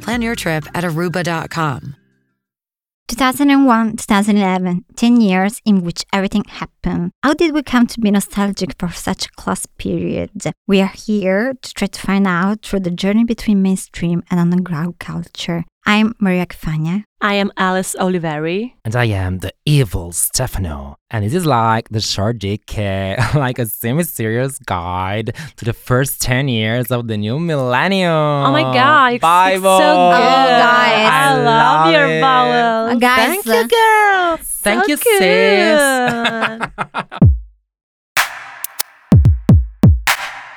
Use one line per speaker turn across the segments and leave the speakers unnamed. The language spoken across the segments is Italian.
Plan your trip at aruba.com.
2001 2011, 10 years in which everything happened. How did we come to be nostalgic for such a close period? We are here to try to find out through the journey between mainstream and underground culture. I'm Maria Cafagna.
I am Alice Oliveri.
And I am the evil Stefano. And it is like the short JK, like a semi serious guide to the first 10 years of the new millennium.
Oh my god, you speak so good.
Bible.
Oh, guys. Uh,
I
I, love,
love
your
it.
vowels.
Guys.
Thank you, girl.
Thank
So
you,
good.
sis.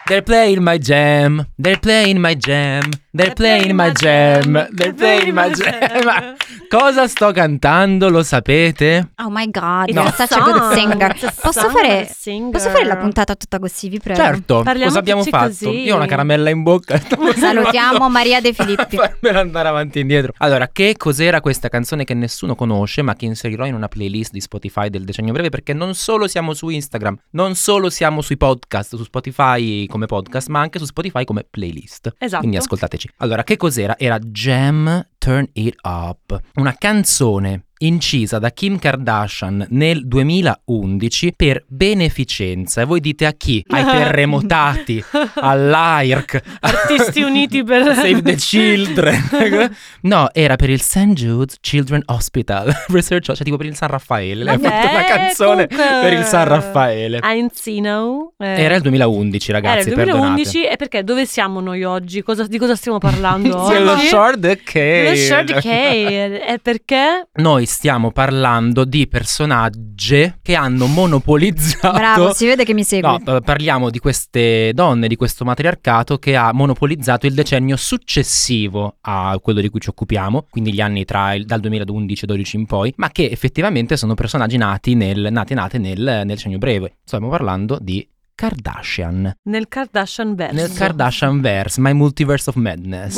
They're playing my jam. They're playing my jam. They're playing my jam. They're playing my jam. Cosa sto cantando? Lo sapete?
Oh my god,
It's
you're
a
such a good
song.
singer.
It's a
Posso
song
fare,
and a singer.
posso fare la puntata tutta così, vi prego?
Certo,
Parliamo
cosa abbiamo
tutti
fatto?
così.
Io ho una caramella in bocca. stavo
Salutiamo
provando
Maria De
a
Filippi.
Farmela andare avanti e indietro. Allora, che cos'era questa canzone che nessuno conosce, ma che inserirò in una playlist di Spotify del decennio breve? Perché non solo siamo su Instagram, non solo siamo sui podcast, su Spotify come podcast, ma anche su Spotify come playlist.
Esatto.
Quindi ascoltateci. Allora, che cos'era? Era Jam Turn It Up, una canzone incisa da Kim Kardashian nel 2011 per beneficenza. E voi dite a chi? Ai terremotati, all'AIRC,
Artisti Uniti per-
Save the Children. no, era per il St. Jude Children Hospital Research, cioè tipo per il San Raffaele. Lei ha
Vabbè,
fatto una canzone
comunque-
per il San Raffaele.
Ainzino. eh,
Era il 2011,
era
ragazzi,
il 2011 e perché dove siamo noi oggi? Cosa- di cosa stiamo parlando
perdonate.
oggi?
Dello short
Dello
decade.
short decade. E perché?
Noi stiamo parlando di personaggi che hanno monopolizzato
Bravo, si vede che mi segui.
No, eh, parliamo di queste donne, di questo matriarcato che ha monopolizzato il decennio successivo a quello di cui ci occupiamo, quindi gli anni tra il, dal 2011-12 in poi, ma che effettivamente sono personaggi nati nel, nate, nate nel, nel decennio breve. Stiamo parlando di Kardashian,
Nel Kardashian verso.
nel Kardashian verse, my multiverse of madness.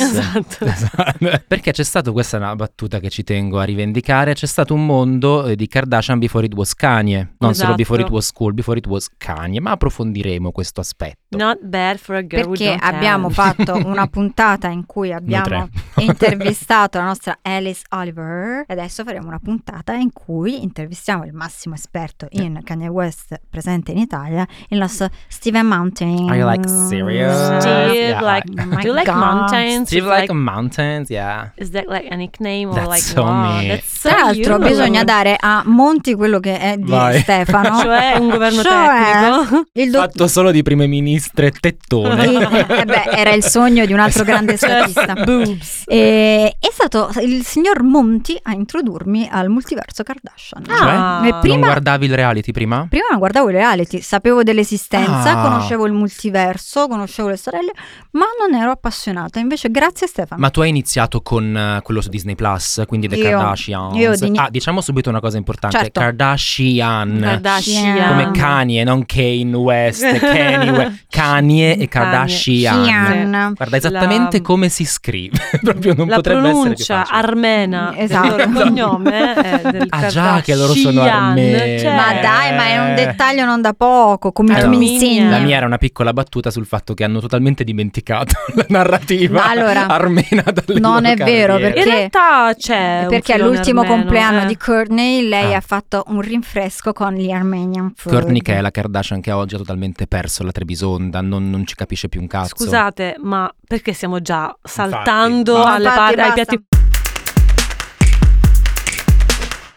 Esatto.
Esatto. Perché c'è stato, questa è una battuta che ci tengo a rivendicare, c'è stato un mondo eh, di Kardashian before it was Kanye, non
Esatto.
solo before it was cool, before it was Kanye, ma approfondiremo questo aspetto.
Not bad for a girl
Perché abbiamo
fatto
fatto una puntata in cui abbiamo
tre.
intervistato la nostra Alice Oliver e adesso faremo una puntata in cui intervistiamo il massimo esperto in Kanye West presente in Italia, il nostro Steven Mountain.
Are you like serious?
Steve,
Yeah.
like,
Oh my
do you like
God.
mountains?
Steve
It's
like, mountains, yeah.
is that like a nickname or
That's
like
so
wow,
me.
that's so
Tra l'altro
you.
bisogna dare a Monti quello che è di
Vai.
Stefano.
cioè un governo
Cioè,
tecnico.
Il dott-
Fatto solo di prime ministre tettone.
Eh beh, era il sogno di un altro
Esatto.
grande statista.
Boobs.
E- è stato il signor Monti a introdurmi al multiverso Kardashian.
Ah.
E
Cioè? Non
prima,
guardavi il reality prima?
prima non guardavo i reality, sapevo dell'esistenza,
Ah.
conoscevo il multiverso, conoscevo le sorelle, ma non ero appassionata. Invece, grazie a Stefano.
Ma tu hai iniziato con eh, quello su Disney Plus, quindi The
Io-
Kardashians.
io di-
Ah, diciamo subito una cosa importante:
Certo.
Kardashian.
Kardashian.
Come Kanye, non Kane West, Kanye, West, Kanye e Kardashian.
Kian.
Guarda esattamente
La-
come si scrive, proprio non
La
potrebbe essere più
pronuncia
facile.
armena
Esatto.
il loro cognome è del
Ah, già, che loro sono
Kardashian,
armeni.
cioè-
Ma dai, ma è un dettaglio non da poco, come tu
Eh. Allora,
mi insegni.
La mia era una piccola battuta sul fatto che hanno totalmente dimenticato la narrativa
Allora,
armena dalle
non
loro
è vero,
carriere.
In
perché-
realtà c'è un
Perché
filone
all'ultimo
armeno,
compleanno
eh.
di Courtney lei
Ah.
ha fatto un rinfresco con gli Armenian food.
Kourtney, che è la Kardashian che oggi ha totalmente perso la Trebisonda, non, non ci capisce più un cazzo.
Scusate, ma perché stiamo già saltando
basta.
alle
Infatti,
par- ai
basta.
piatti?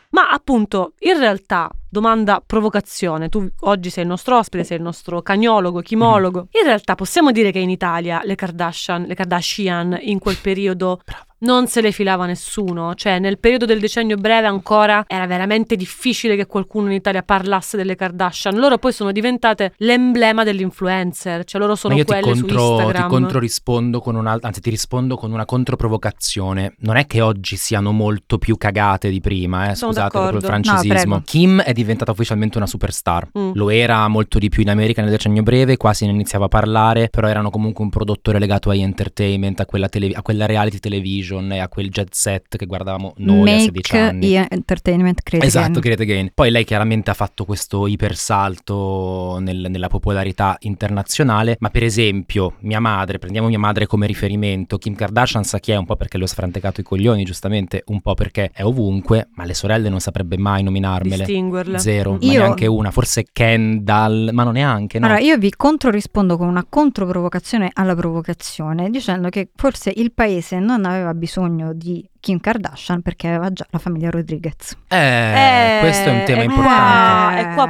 Ma appunto, in realtà, domanda provocazione, tu oggi sei il nostro ospite, sei il nostro cagnologo,
Mm-hmm.
chimologo. In realtà possiamo dire che in Italia le Kardashian, le Kardashian in quel periodo non se le filava nessuno, cioè nel periodo del decennio breve ancora era veramente difficile che qualcuno in Italia parlasse delle Kardashian. Loro poi sono diventate l'emblema dell'influencer, cioè loro sono
Ma io ti,
quelle su
contro,
Instagram.
ti controrispondo con un'altra, anzi ti rispondo con una controprovocazione. Non è che oggi siano molto più cagate di prima, eh?
Sono
scusate per quel
d'accordo.
No,
francesismo.
prego.
Kim è diventata ufficialmente una superstar.
Mm.
Lo era molto di più in America nel decennio breve, quasi ne iniziava a parlare, però erano comunque un prodotto relegato agli entertainment, a quella, tele- a quella reality television e a quel jet set che guardavamo noi a 16
Make
anni.
your entertainment creative.
Esatto, Greta Gain. Poi lei chiaramente ha fatto questo ipersalto nel- nella popolarità internazionale, ma per esempio mia madre, prendiamo mia madre come riferimento, Kim Kardashian sa chi è un po' perché le ho sfrantecato i coglioni, giustamente, un po' perché è ovunque, ma le sorelle non saprebbe mai nominarmele.
distinguerle.
Zero, ma
Io-
neanche una, forse Kendall, ma non neanche, no.
Allora, io vi controrispondo con una controprovocazione alla provocazione, dicendo che forse il paese non aveva bisogno di Kim Kardashian perché aveva già la famiglia Rodriguez.
Eh, questo è un tema
e qua-
importante.
E qua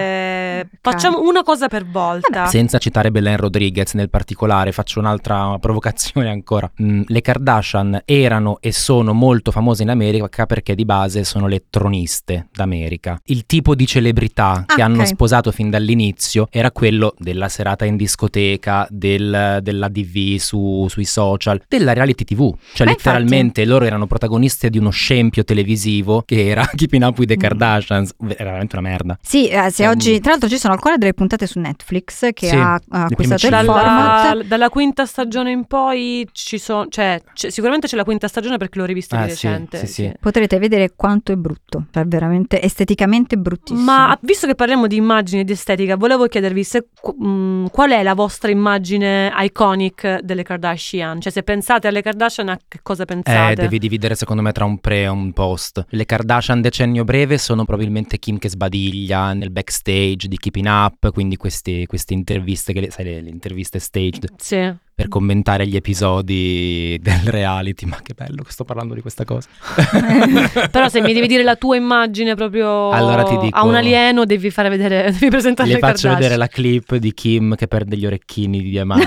pure facciamo una cosa per volta.
Senza citare Belen Rodriguez nel particolare, faccio un'altra provocazione ancora. Mm, le Kardashian erano e sono molto famose in America perché di base sono le troniste d'America. Il tipo di celebrità che
Ah,
hanno
ok.
sposato fin dall'inizio era quello della serata in discoteca, del- della DV su- sui social, della reality TV. Cioè
Ma
letteralmente loro erano protagoniste di uno scempio televisivo che era Keeping Up with the
Mm.
Kardashians. Era veramente una merda.
Sì, eh, se
È un-
oggi, tra l'altro ci sono ancora delle puntate su Netflix che
Sì,
ha ha
prime
acquistato il
cinque.
format.
Dalla, dalla quinta stagione in poi ci sono, cioè c'è- sicuramente c'è la quinta stagione perché l'ho rivista
Ah,
di
sì,
recente.
sì, sì.
Potrete vedere quanto è brutto, è veramente esteticamente bruttissimo.
Ma visto che parliamo di immagini e di estetica, volevo chiedervi se, qu- mh, qual è la vostra immagine iconic delle Kardashian? Cioè, se pensate alle Kardashian, a che cosa pensate?
Eh, devi dividere secondo me tra un pre e un post. Le Kardashian decennio breve sono probabilmente Kim che sbadiglia nel backstage di Keeping Up, quindi queste, queste interviste, che le, sai, le, le interviste staged
Sì.
per commentare gli episodi del reality. Ma che bello che sto parlando di questa cosa.
Però se mi devi dire la tua immagine proprio
Allora ti dico-
a un alieno, devi fare vedere, devi presentare
Le
le
faccio
Kardashian.
vedere la clip di Kim che perde gli orecchini di diamanti.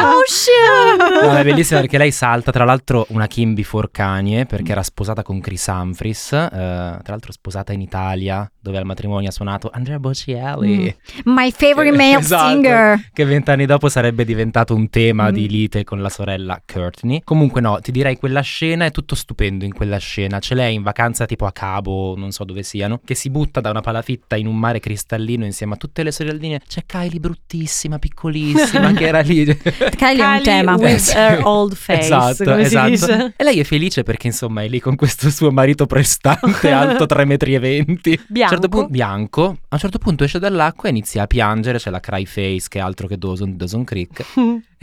No, è bellissima perché lei salta, tra l'altro, una Kim before Kanye, perché era sposata con Chris Humphries, eh, tra l'altro sposata in Italia, dove al matrimonio ha suonato Andrea Bocelli,
My favorite male
Esatto.
singer.
che vent'anni dopo sarebbe diventato un tema
Mm.
di lite con la sorella Courtney. Comunque no, ti direi quella scena è tutto stupendo in quella scena. C'è lei in vacanza tipo a Cabo, non so dove siano, che si butta da una palafitta in un mare cristallino insieme a tutte le sorelline. C'è Kylie bruttissima, piccolissima, che era lì.
Kylie è un
Kylie
tema.
Eh,
with
sì.
her old face,
Esatto,
come
esatto.
si dice.
E lei è felice perché insomma è lì con questo suo marito prestante alto 3,20 metri. A un
Bianco.
certo punto, bianco, a un certo punto esce dall'acqua e inizia a piangere, c'è la cry face che è altro che Dawson, Dawson Creek,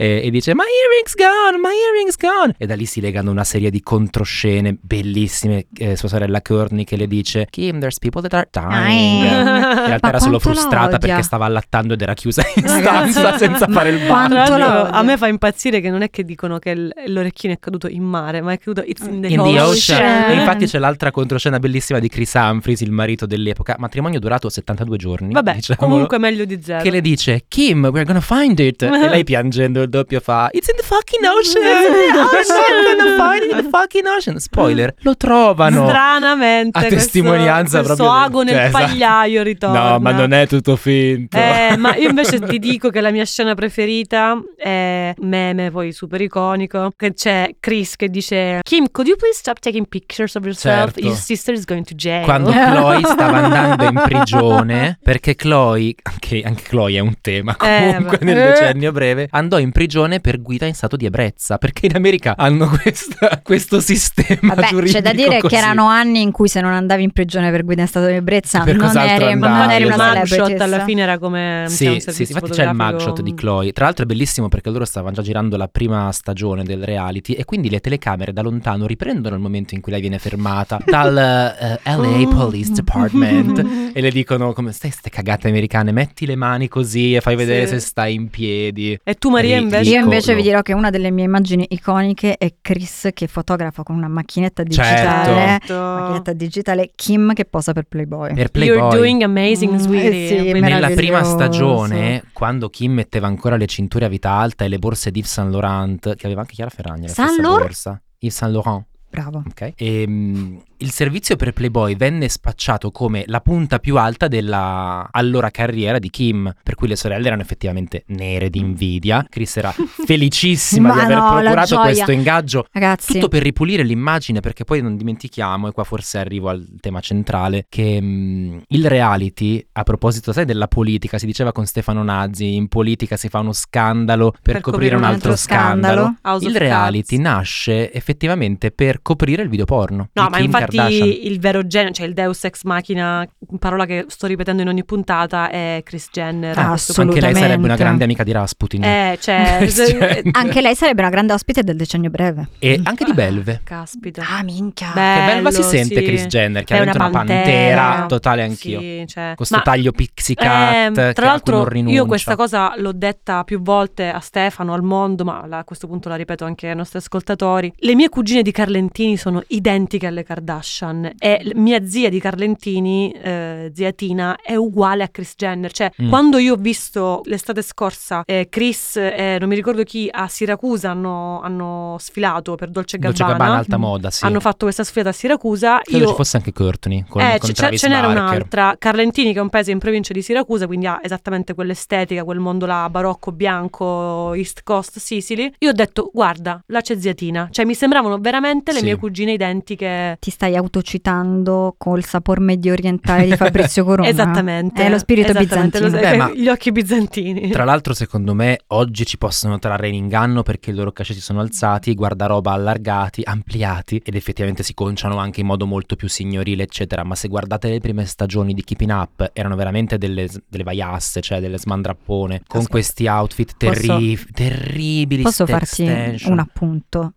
e, e dice my earring's gone, my earring's gone. E da lì si legano una serie di controscene bellissime, eh, sua sorella Courtney che le dice Kim, there's people that are dying. In realtà
Ma
era solo
quanto la
frustrata
odia.
perché stava allattando ed era chiusa in
Ragazzi,
stanza senza
ma
fare il bagno.
quanto
Tra l'altro,
la odia.
a me fa impazzire che non è che dicono che l- l'orecchino è caduto in mare, ma è caduto it's in the,
In the ocean.
Eh.
ocean.
E infatti c'è l'altra controscena bellissima di Chris Humphries, il marito dell'epoca. Matrimonio durato 72 giorni.
Vabbè,
diciamolo,
comunque meglio di zero.
Che le dice, Kim, we're gonna find it. e lei piangendo il doppio fa, It's in the fucking ocean. It's in the ocean. We're gonna find it in the fucking ocean. Spoiler, lo trovano.
Stranamente
A
questo-
testimonianza
questo,
proprio del-
ago nel
cioè, esatto.
pagliaio ritorna.
No, ma non è tutto finto.
Eh, ma io invece ti dico che la mia scena preferita è meme, poi super iconico, che c'è Chris che dice Kim, could you please stop taking pictures of yourself?
Certo.
Your sister is going to jail.
quando Chloe stava andando in prigione perché Chloe, anche, anche Chloe è un tema
Eh,
comunque
beh.
nel
Eh.
decennio breve, andò in prigione per guida in stato di ebbrezza perché in America hanno questa- questo sistema
Vabbè,
giuridico
c'è da dire
così.
che erano anni in cui se non andavi in prigione per guida in stato di ebbrezza
Per
non
cos'altro
eri,
andavi,
non eri
esatto.
una
mugshot
celebrity.
alla fine era come
Sì,
cioè, un
sì, sì,
servizio
infatti c'è il
fotografico.
mugshot di Chloe. Tra l'altro è bellissimo perché loro stavano già girando la prima stagione del reality e quindi le telecamere da lontano riprendono il momento in cui lei viene fermata dal eh, LA Police Department e le dicono come stai ste cagate americane, metti le mani così e fai vedere
Sì.
se stai in piedi.
E tu Maria
Ri-
invece?
Io
Dico,
invece vi
no.
dirò che una delle mie immagini iconiche è Chris che fotografa con una macchinetta digitale,
Certo.
macchinetta digitale Kim che posa per Playboy.
Per
You're
Playboy.
doing amazing,
Mm, eh
sweetie.
sì,
Quindi-
meraviglioso.
Nella prima stagione, quando Kim metteva ancora le cinture a vita alta e le borse di Yves Saint Laurent, che aveva anche Chiara Ferragni, la
Saint
stessa
Lor-
borsa. Yves Saint Laurent.
Bravo.
Ok. Ehm, il servizio per Playboy venne spacciato come la punta più alta della allora carriera di Kim, per cui le sorelle erano effettivamente nere di invidia. Chris era felicissima di
Ma
aver
no, la
procurato
gioia.
questo ingaggio
Ragazzi,
tutto per ripulire l'immagine, perché poi non dimentichiamo, e qua forse arrivo al tema centrale, che mh, il reality, a proposito, sai, della politica, si diceva con Stefano Nazzi, in politica si fa uno scandalo per, coprire un altro scandalo.
House
Il
of
reality
Cards.
nasce effettivamente per coprire il videoporno.
No,
di
ma
Kim
infatti
Kardashian.
il vero genio, cioè il Deus ex machina, parola che sto ripetendo in ogni puntata, è Chris Jenner.
Ah,
a questo
Anche lei sarebbe una
assolutamente.
grande amica di Rasputin.
punto. Eh, cioè,
Chris Jenner.
anche lei sarebbe una grande ospite del decennio breve. Mm.
E anche di Belve.
Caspita.
Ah, minchia.
Beh,
che belva si
eh, bello,
sente
sì.
Chris Jenner, che
È
ha
una
una pantera,
pantera.
totale anch'io.
Sì, cioè,
Questo
ma-
taglio pixie cut,
Ehm, tra
che a cui non
l'altro,
rinuncia.
io questa cosa l'ho detta più volte a Stefano, al mondo, ma la- a questo punto la ripeto anche ai nostri ascoltatori. Le mie cugine di Carlentini sono identiche alle Kardashian e l- mia zia di Carlentini, eh, zia Tina, è uguale a Chris Jenner. Cioè,
Mm.
quando io ho visto l'estate scorsa eh, Chris, eh, non mi ricordo chi, a Siracusa hanno, hanno sfilato per Dolce
Dolce
Gabbana.
Gabbana alta moda, sì.
Hanno fatto questa sfilata a Siracusa.
Credo
io
ci fosse anche Courtney con,
eh,
con
ce- ce-
Travis
ce n'era
Barker.
un'altra, Carlentini, che è un paese in provincia di Siracusa, quindi ha esattamente quell'estetica, quel mondo là barocco, bianco, East Coast, Sicily. Io ho detto, guarda, la c'è ziatina. Cioè, mi sembravano veramente le
Sì.
mie cugine identiche.
Ti stai autocitando col sapor medio orientale di Fabrizio Corona.
Esattamente.
È Eh, lo spirito
Esattamente,
bizantino.
lo-
Beh, ma-
Gli occhi bizantini.
Tra l'altro, secondo me, oggi ci possono trarre in inganno perché i loro cachet si sono alzati, guardaroba allargati, ampliati ed effettivamente si conciano anche in modo molto più signorile, eccetera. Ma se guardate le prime stagioni di Keeping Up, erano veramente delle, delle vaiasse, cioè delle smandrappone, con
Ascolta,
questi outfit
posso-
terri- terribili.
Posso
step
farti
extension.
un appunto?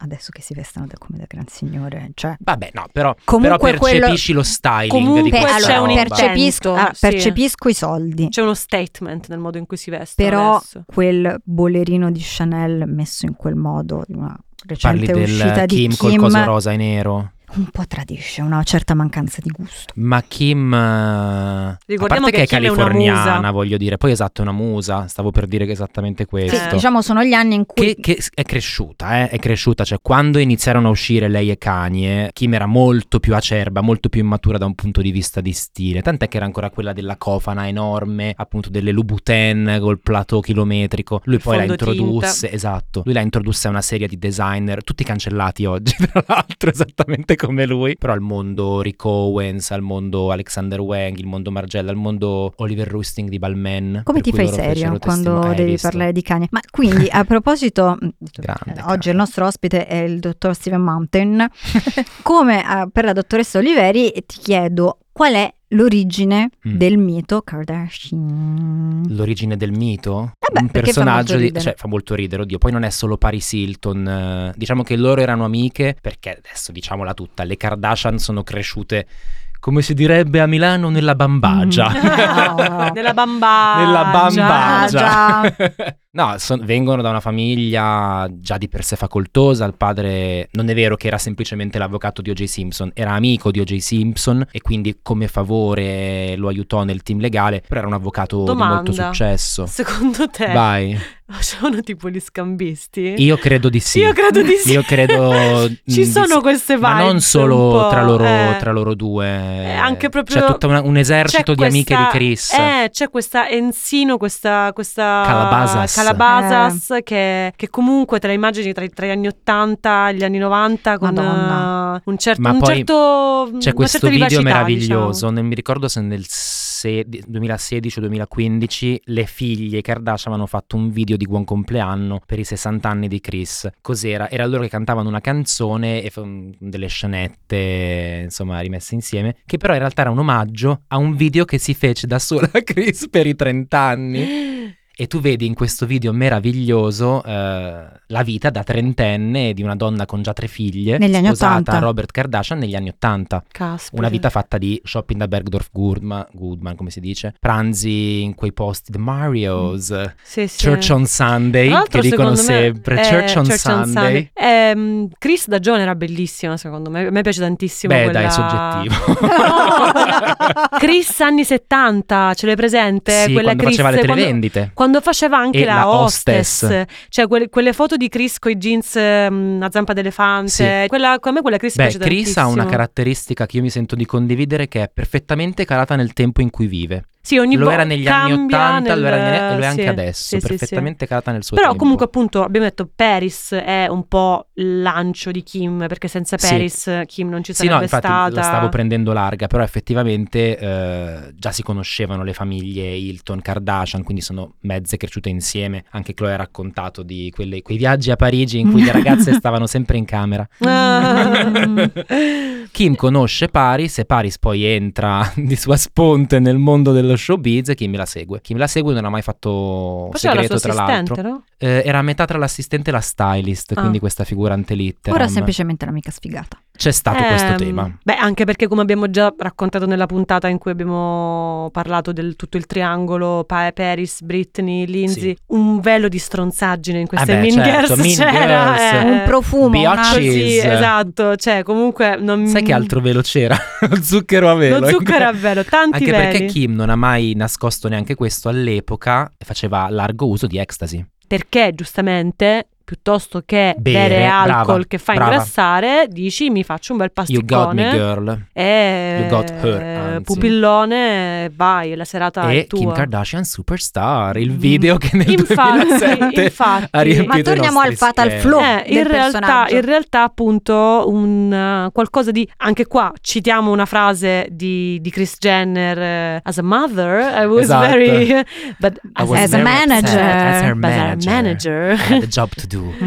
Adesso che si vestono da- come da gran signore, cioè
Vabbè, no, però,
Comunque
però
quello-
percepisci lo styling di
comunque
questa
c'è
allora,
un
roba.
intento,
percepisco, ah,
sì.
percepisco i soldi,
C'è uno statement nel modo in cui si vestono
però
adesso.
quel bolerino di Chanel messo in quel modo di una
Parli
recente
del
uscita
Kim
di
col
Kim
coso rosa e nero.
un po' tradisce una certa mancanza di gusto.
Ma Kim, eh, a
Ricordiamo
parte che,
che
è
Kim è una
californiana,
musa.
voglio dire, poi esatto, è una musa, stavo per dire che è esattamente
Sì,
questo.
diciamo sono gli anni in cui
Certo. Che, che è cresciuta, eh, è cresciuta, cioè quando iniziarono a uscire lei e Kanye, Kim era molto più acerba, molto più immatura da un punto di vista di stile, tant'è che era ancora quella della cofana enorme, appunto delle Louboutin col plateau chilometrico, lui
Il
poi la
fondotinta.
introdusse, esatto, lui la introdusse a una serie di designer, tutti cancellati oggi tra l'altro, esattamente come lui, però al mondo Rick Owens, al mondo Alexander Wang, il mondo Margella, al mondo Oliver Roosting di Balmain.
Come
per
ti
cui
fai
loro fecero
serio quando
testimon- eh, hai
devi
visto?
parlare di cani? Ma quindi a proposito, mh,
Grande
eh,
cane.
oggi il nostro ospite è il dottor Steven Mountain. Come eh, per la dottoressa Oliveri, ti chiedo qual è l'origine
Mm.
del mito Kardashian?
L'origine del mito?
Mm. Eh beh,
un
perché fa
personaggio
molto
di-
ridere.
cioè fa molto ridere, oddio. Poi non è solo Paris Hilton. eh, diciamo che loro erano amiche, perché adesso diciamola tutta, le Kardashian sono cresciute come si direbbe a Milano nella bambagia.
Mm. Ah, No.
Nella bamba.
Nella bambagia.
già.
no, son- vengono da una famiglia già di per sé facoltosa. Il padre non è vero che era semplicemente l'avvocato di O.J. Simpson, era amico di O.J. Simpson e quindi come favore lo aiutò nel team legale, però era un avvocato di molto
Domanda.
successo.
Secondo te
Esatto. Vai.
sono tipo gli scambisti?
Io credo di sì.
Io credo di sì.
Io credo,
Ci
mm,
sono
di-
queste vibes.
Ma non
un
solo
po',
tra loro,
eh.
tra loro due.
Eh, anche proprio
C'è tutto una- un esercito
c'è
di amiche di
questa-
Chris.
Eh, c'è questa Ensino, questa, questa
Calabasas.
Calabasas che, che comunque tra le immagini tra, i- tra gli anni 80 e gli anni 90 con
Madonna.
eh, un certo,
Ma
un
poi
certo
C'è
una
questo
certa
video
vivacità,
meraviglioso,
diciamo.
non mi ricordo se nel se- 2016 o 2015 le figlie Kardashian hanno fatto un video di buon compleanno per i 60 anni di Chris. Cos'era? Era loro che cantavano una canzone e fa- delle scenette, insomma, rimesse insieme, che però in realtà era un omaggio a un video che si fece da sola a Chris per i 30
diciamo.
anni. E tu vedi in questo video meraviglioso eh, la vita da trentenne di una donna con già tre figlie,
Negli anni
sposata
80.
a Robert Kardashian negli anni 80.
Caspita.
Una vita fatta di shopping da Bergdorf Goodman, Goodman come si dice, pranzi in quei posti, The Marios, eh,
Sì, Mm. sì.
Church on Sunday,
Tra
che
l'altro,
dicono
secondo me,
sempre,
eh,
Church on Sunday.
Ehm, Chris da giovane era bellissima, secondo me. A me piace tantissimo
Beh
quella...
dai, soggettivo.
Chris anni 70, ce l'hai presente?
sì,
quella
quando
Chris
faceva le
quando-
televendite.
Quando, quando faceva anche
E
la,
la
hostess.
hostess.
cioè quelle- quelle foto di Chris con i jeans ehm, a zampa d'elefante,
Sì.
quella, come quella Chris
Beh,
piace
Chris ha
tantissimo.
una caratteristica che io mi sento di condividere che è perfettamente calata nel tempo in cui vive.
Sì, ogni
lo
vo-
era negli anni
cambia
80, lo, era
nel-
negli- e lo è anche
sì,
adesso,
sì, sì, sì.
perfettamente calata nel suo
Però
tempo.
comunque appunto abbiamo detto Paris è un po' il lancio di Kim perché senza
Sì.
Paris eh, Kim non ci
Sì,
sarebbe
no, infatti
stata.
la stavo prendendo larga, però effettivamente eh, già si conoscevano le famiglie Hilton, Kardashian, quindi sono mezze cresciute insieme. Anche Chloe ha raccontato di quelle- quei viaggi a Parigi in cui le ragazze stavano sempre in camera.
Ah.
Kim conosce Paris e Paris poi entra di sua sponte nel mondo dello showbiz e Kim la segue. Kim la segue non ha mai fatto
Faceva la sua
segreto tra l'altro.
assistente, no?
Eh, era a metà tra l'assistente e la stylist,
Ah.
quindi questa figura antelitteram.
Ora è semplicemente l'amica sfigata.
C'è stato questo
Ehm,
tema.
Beh, anche perché come abbiamo già raccontato nella puntata in cui abbiamo parlato del tutto il triangolo Pa- Paris, Britney, Lindsay,
Sì.
un velo di stronzaggine in queste
beh,
Mean
certo,
Girls
Mean
c'era,
Girls.
eh.
Un profumo, una-
Biatch-
Così,
Cheese.
esatto, cioè comunque non
Sai che altro velo c'era? Lo zucchero a velo.
Mm. Lo zucchero a velo, tanti
Anche perché
veli.
Kim non ha mai nascosto neanche questo all'epoca, faceva largo uso di ecstasy.
perché giustamente piuttosto che bere,
Bere,
alcol
brava,
che fa
brava.
ingrassare, dici mi faccio un bel
You got me
pasticcone
girl.
e eh,
You got her, anzi.
pupillone, vai, la serata è
e
tua.
Kim Kardashian Superstar, il video che nel
Mm. Infatti,
2007
infatti.
ha riempito
Ma
i
torniamo al
nostri
fatal
schermi.
flow.
Eh, in,
del
realtà,
personaggio.
in realtà, appunto, un eh, qualcosa di. Anche qua citiamo una frase di, di Chris Jenner: eh, As a mother, I was
Esatto.
very. But
I
as,
was
as a
very
manager,
upset as her
but as a
manager. I
manager.
had a job to do.
Perché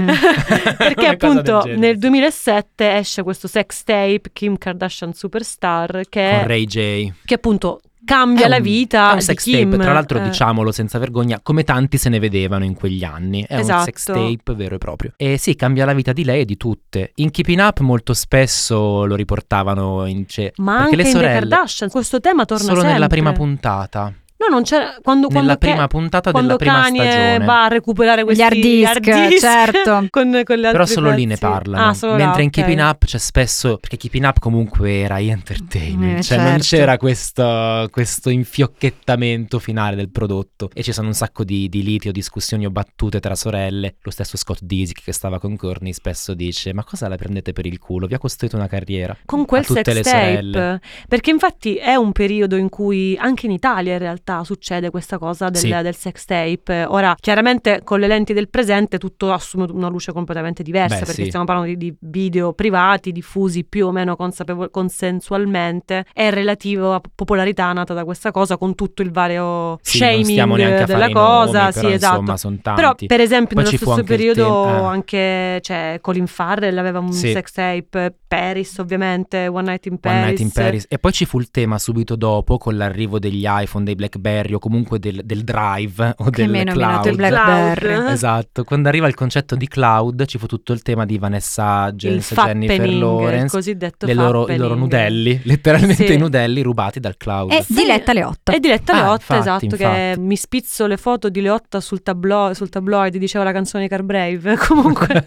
Una cosa
appunto
del genere.
nel 2007 esce questo sex tape Kim Kardashian Superstar
Con
che,
Ray J.
che appunto cambia
È
la
un-
vita
è un
di
sex
Kim.
tape, tra l'altro diciamo,
Eh,
diciamolo senza vergogna, come tanti se ne vedevano in quegli anni, è
Esatto.
un sex tape vero e proprio. E sì, cambia la vita di lei e di tutte. In Keeping Up molto spesso lo riportavano in ce-
Ma
perché
anche
le
in The
sorelle
Kardashian questo tema torna
solo
sempre.
nella prima puntata,
No, non c'era quando, quando
nella
Ke-
prima puntata
quando
della prima
Kanye
stagione.
va a recuperare questi
hard disk, certo.
con, con le
Però
altre
solo lì ne
pezzi.
parlano.
Ah, solo là,
Mentre in
ok.
Keeping Up c'è spesso. Perché Keeping Up comunque era entertainment.
Eh,
cioè, non
certo.
c'era questo, questo infiocchettamento finale del prodotto. E ci sono un sacco di, di liti o discussioni o battute tra sorelle. Lo stesso Scott Disick che stava con Courtney spesso dice: Ma cosa la prendete per il culo? Vi ha costruito una carriera.
con quel
a tutte
sex
le sorelle.
tape perché infatti è un periodo in cui anche in Italia in realtà succede questa cosa del,
Sì.
del sex tape ora chiaramente con le lenti del presente tutto assume una luce completamente diversa
Beh,
perché
sì.
stiamo parlando di, di video privati diffusi più o meno consapevo- consensualmente è relativo a popolarità nata da questa cosa con tutto il vario
Sì, non stiamo neanche
shaming della
a fare i
cosa
nomi,
sì
però,
esatto
Insomma, sono tanti.
però, per esempio,
Poi
nello
ci fu
stesso
anche il
periodo,
tempo- eh.
anche cioè, Colin Farrell aveva un
Sì.
sex tape, eh, Paris, ovviamente, One Night in Paris.
One Night in Paris. E poi ci fu il tema subito dopo con l'arrivo degli iPhone, dei Blackberry o comunque del, del Drive o
Che
del
mi hai nominato il
Cloud.
Blackberry.
Cloud.
Esatto, quando arriva il concetto di cloud ci fu tutto il tema di Vanessa
Il
Hudgens, Jennifer
fappening, il
Lawrence,
cosiddetto
le loro, i
fappening.
loro nudelli, letteralmente
Sì. Eh,
i nudelli rubati dal cloud.
E
Sì.
diletta le otto.
E diretta
Ah,
Leotta,
infatti,
esatto, che
infatti.
mi spizzo le foto di Leotta sul, tablo- sul tabloid, diceva la canzone di Carbrave. Comunque,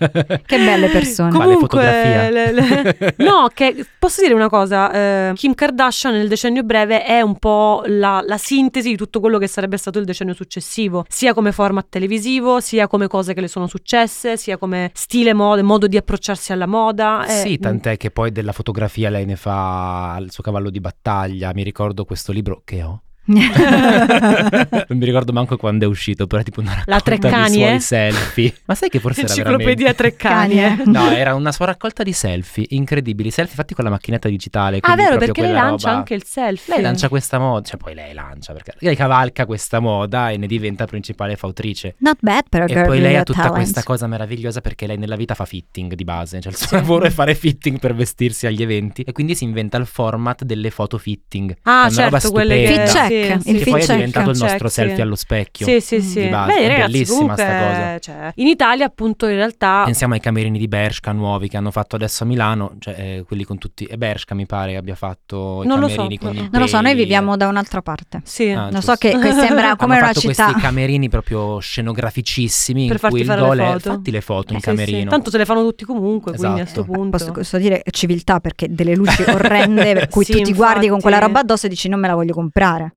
Che belle persone.
Ma le fotografie.
le- le- no, che posso dire una cosa: eh, Kim Kardashian nel decennio breve è un po' la, la sintesi di tutto quello che sarebbe stato il decennio successivo, sia come format televisivo, sia come cose che le sono successe, sia come stile moda, modo di approcciarsi alla moda. eh,
Sì, tant'è che poi della fotografia lei ne fa il suo cavallo di battaglia. Mi ricordo questo libro che ho. non mi ricordo manco quando è uscito, però è tipo una
La
raccolta di
Treccanie?
suoi selfie. Ma sai che forse era veramente...
Enciclopedia eh. Treccani.
Cani. eh.
No, era una sua raccolta di selfie incredibili, selfie fatti con la macchinetta digitale.
Ah,
quindi
vero,
proprio
perché lei
quella
lancia
roba-
anche il selfie.
Lei lancia questa moda, cioè poi lei lancia, perché lei cavalca questa moda e ne diventa principale fautrice.
Not bad, però,
E
girl
poi
with
lei ha
your
tutta
talent.
questa cosa meravigliosa perché lei nella vita fa fitting di base, cioè il suo lavoro è fare fitting per vestirsi agli eventi e quindi si inventa il format delle foto fitting.
Ah,
È una roba
certo, quelle che...
stupenda.
Fit check, il
che
fit
poi è
check.
diventato il nostro
Check, sì.
selfie allo specchio.
Sì, sì,
Mm.
sì.
Di base,
Beh,
è
ragazzi,
bellissima sta
comunque,
cosa.
cioè, in Italia, appunto, in realtà
Pensiamo ai camerini di Bershka nuovi che hanno fatto adesso a Milano, cioè eh, quelli con tutti. E Bershka mi pare abbia fatto i
Non lo so,
camerini con
no,
i
no.
Non lo so, noi
peli.
viviamo da un'altra parte.
Sì.
Ah,
Lo
giusto.
so che, che sembra come
Hanno
una
fatto
città.
questi camerini proprio scenograficissimi
Per
in
farti
cui il
fare le
gol è
foto. Eh,
fatti le foto in
Sì,
camerino.
sì. Tanto se le fanno tutti comunque, quindi a
Esatto.
sto punto.
Posso, posso dire civiltà perché delle luci orrende per cui
Sì,
tu ti guardi con
infatti.
quella roba addosso e dici non me la voglio comprare.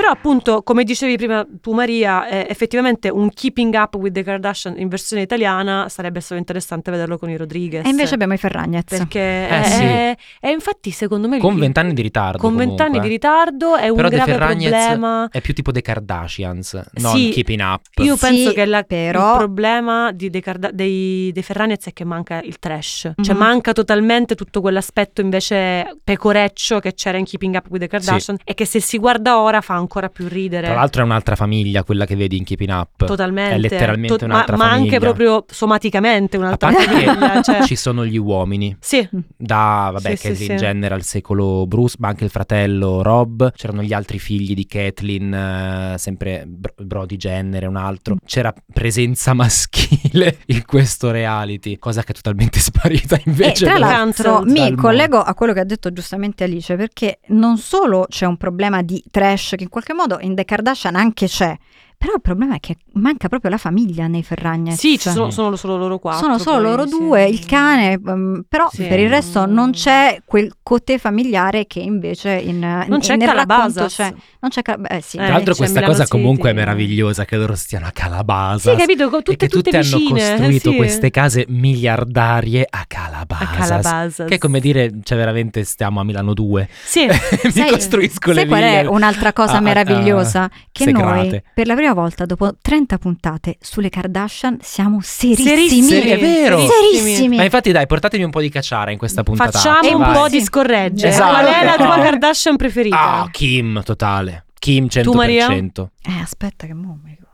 Però appunto, come dicevi prima tu Maria, eh, effettivamente un Keeping Up with the Kardashian in versione italiana sarebbe stato interessante vederlo con i Rodriguez.
E invece abbiamo i Ferragnez.
Perché
Eh, sì.
è, è infatti secondo me...
Con
il-
vent'anni di ritardo.
con
comunque. eh.
vent'anni di ritardo è un
Però De
grave
Ferragnez
problema.
È più tipo The Kardashians, non
Sì,
Keeping Up.
Io
Sì,
penso che la-
però-
il problema di dei, Carda- dei, dei Ferragnez è che manca il trash, cioè
Mhm.
manca totalmente tutto quell'aspetto invece pecoreccio che c'era in Keeping Up with the Kardashian e che se si guarda ora fa ancora più ridere.
Tra l'altro è un'altra famiglia quella che vedi in Keeping Up.
Totalmente,
È letteralmente
To-
un'altra
ma, ma anche
famiglia.
proprio somaticamente
A
un'altra
parte
famiglia.
che Eh,
cioè-
ci sono gli uomini.
Sì,
Da, vabbè,
Sì, sì,
Caitlyn
sì.
Jenner al secolo Bruce, ma anche il fratello Rob. C'erano gli altri figli di Caitlyn, eh, sempre Bro- Brody Jenner e un altro. C'era presenza maschile in questo reality, cosa che è totalmente sparita
E
invece.
tra
dalla-
l'altro
Cancelled
dal
mi
mondo.
collego a quello che ha detto giustamente Alice perché non solo c'è un problema di trash che in qualche modo in The Kardashian anche c'è, però il problema è che manca proprio la famiglia nei Ferragnez.
sì, ci sono, sono solo loro quattro.
Sono solo
poi,
loro
sì.
due, il cane, ehm, però
Sì.
per il resto non c'è quel cotè familiare che invece in,
Non
eh,
c'è
nel racconto
Calabasas.
c'è. Non c'è Calabasas, eh, sì.
Tra
Eh,
l'altro
c'è
questa
Milano
cosa
City.
comunque è meravigliosa che loro stiano a
Sì,
Calabasas.
capito? Con
e
Tutte,
che tutte, hanno
vicine, eh,
costruito
sì.
queste case miliardarie a
a
Calabasas.
Calabasas.
Che è come dire, cioè veramente stiamo a Milano 2.
Sì.
Mi
Sai-
costruisco
sai
le Ah,
qual è
ville.
un'altra cosa
a- a-
meravigliosa? che noi,
secrete.
per la prima volta, dopo 30 puntate sulle Kardashian, siamo
Serissimi.
serissimi.
Seri- è vero.
Serissimi.
Ma infatti dai, portatemi un po' di cacciara in questa puntata.
Facciamo un
Vai.
po'
Sì.
di scorregge.
Eh, Esatto.
Qual è la tua
Ah.
Kardashian preferita?
Ah, Kim, totale. Kim 100%.
Tu, Maria?
Eh, aspetta che mo mi ricordo.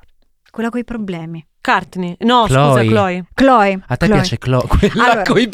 Quella coi problemi.
Courtney. No,
Chloe.
scusa, Chloe.
Chloe.
A te
Chloe.
piace Chloe, quella
Allora-
coi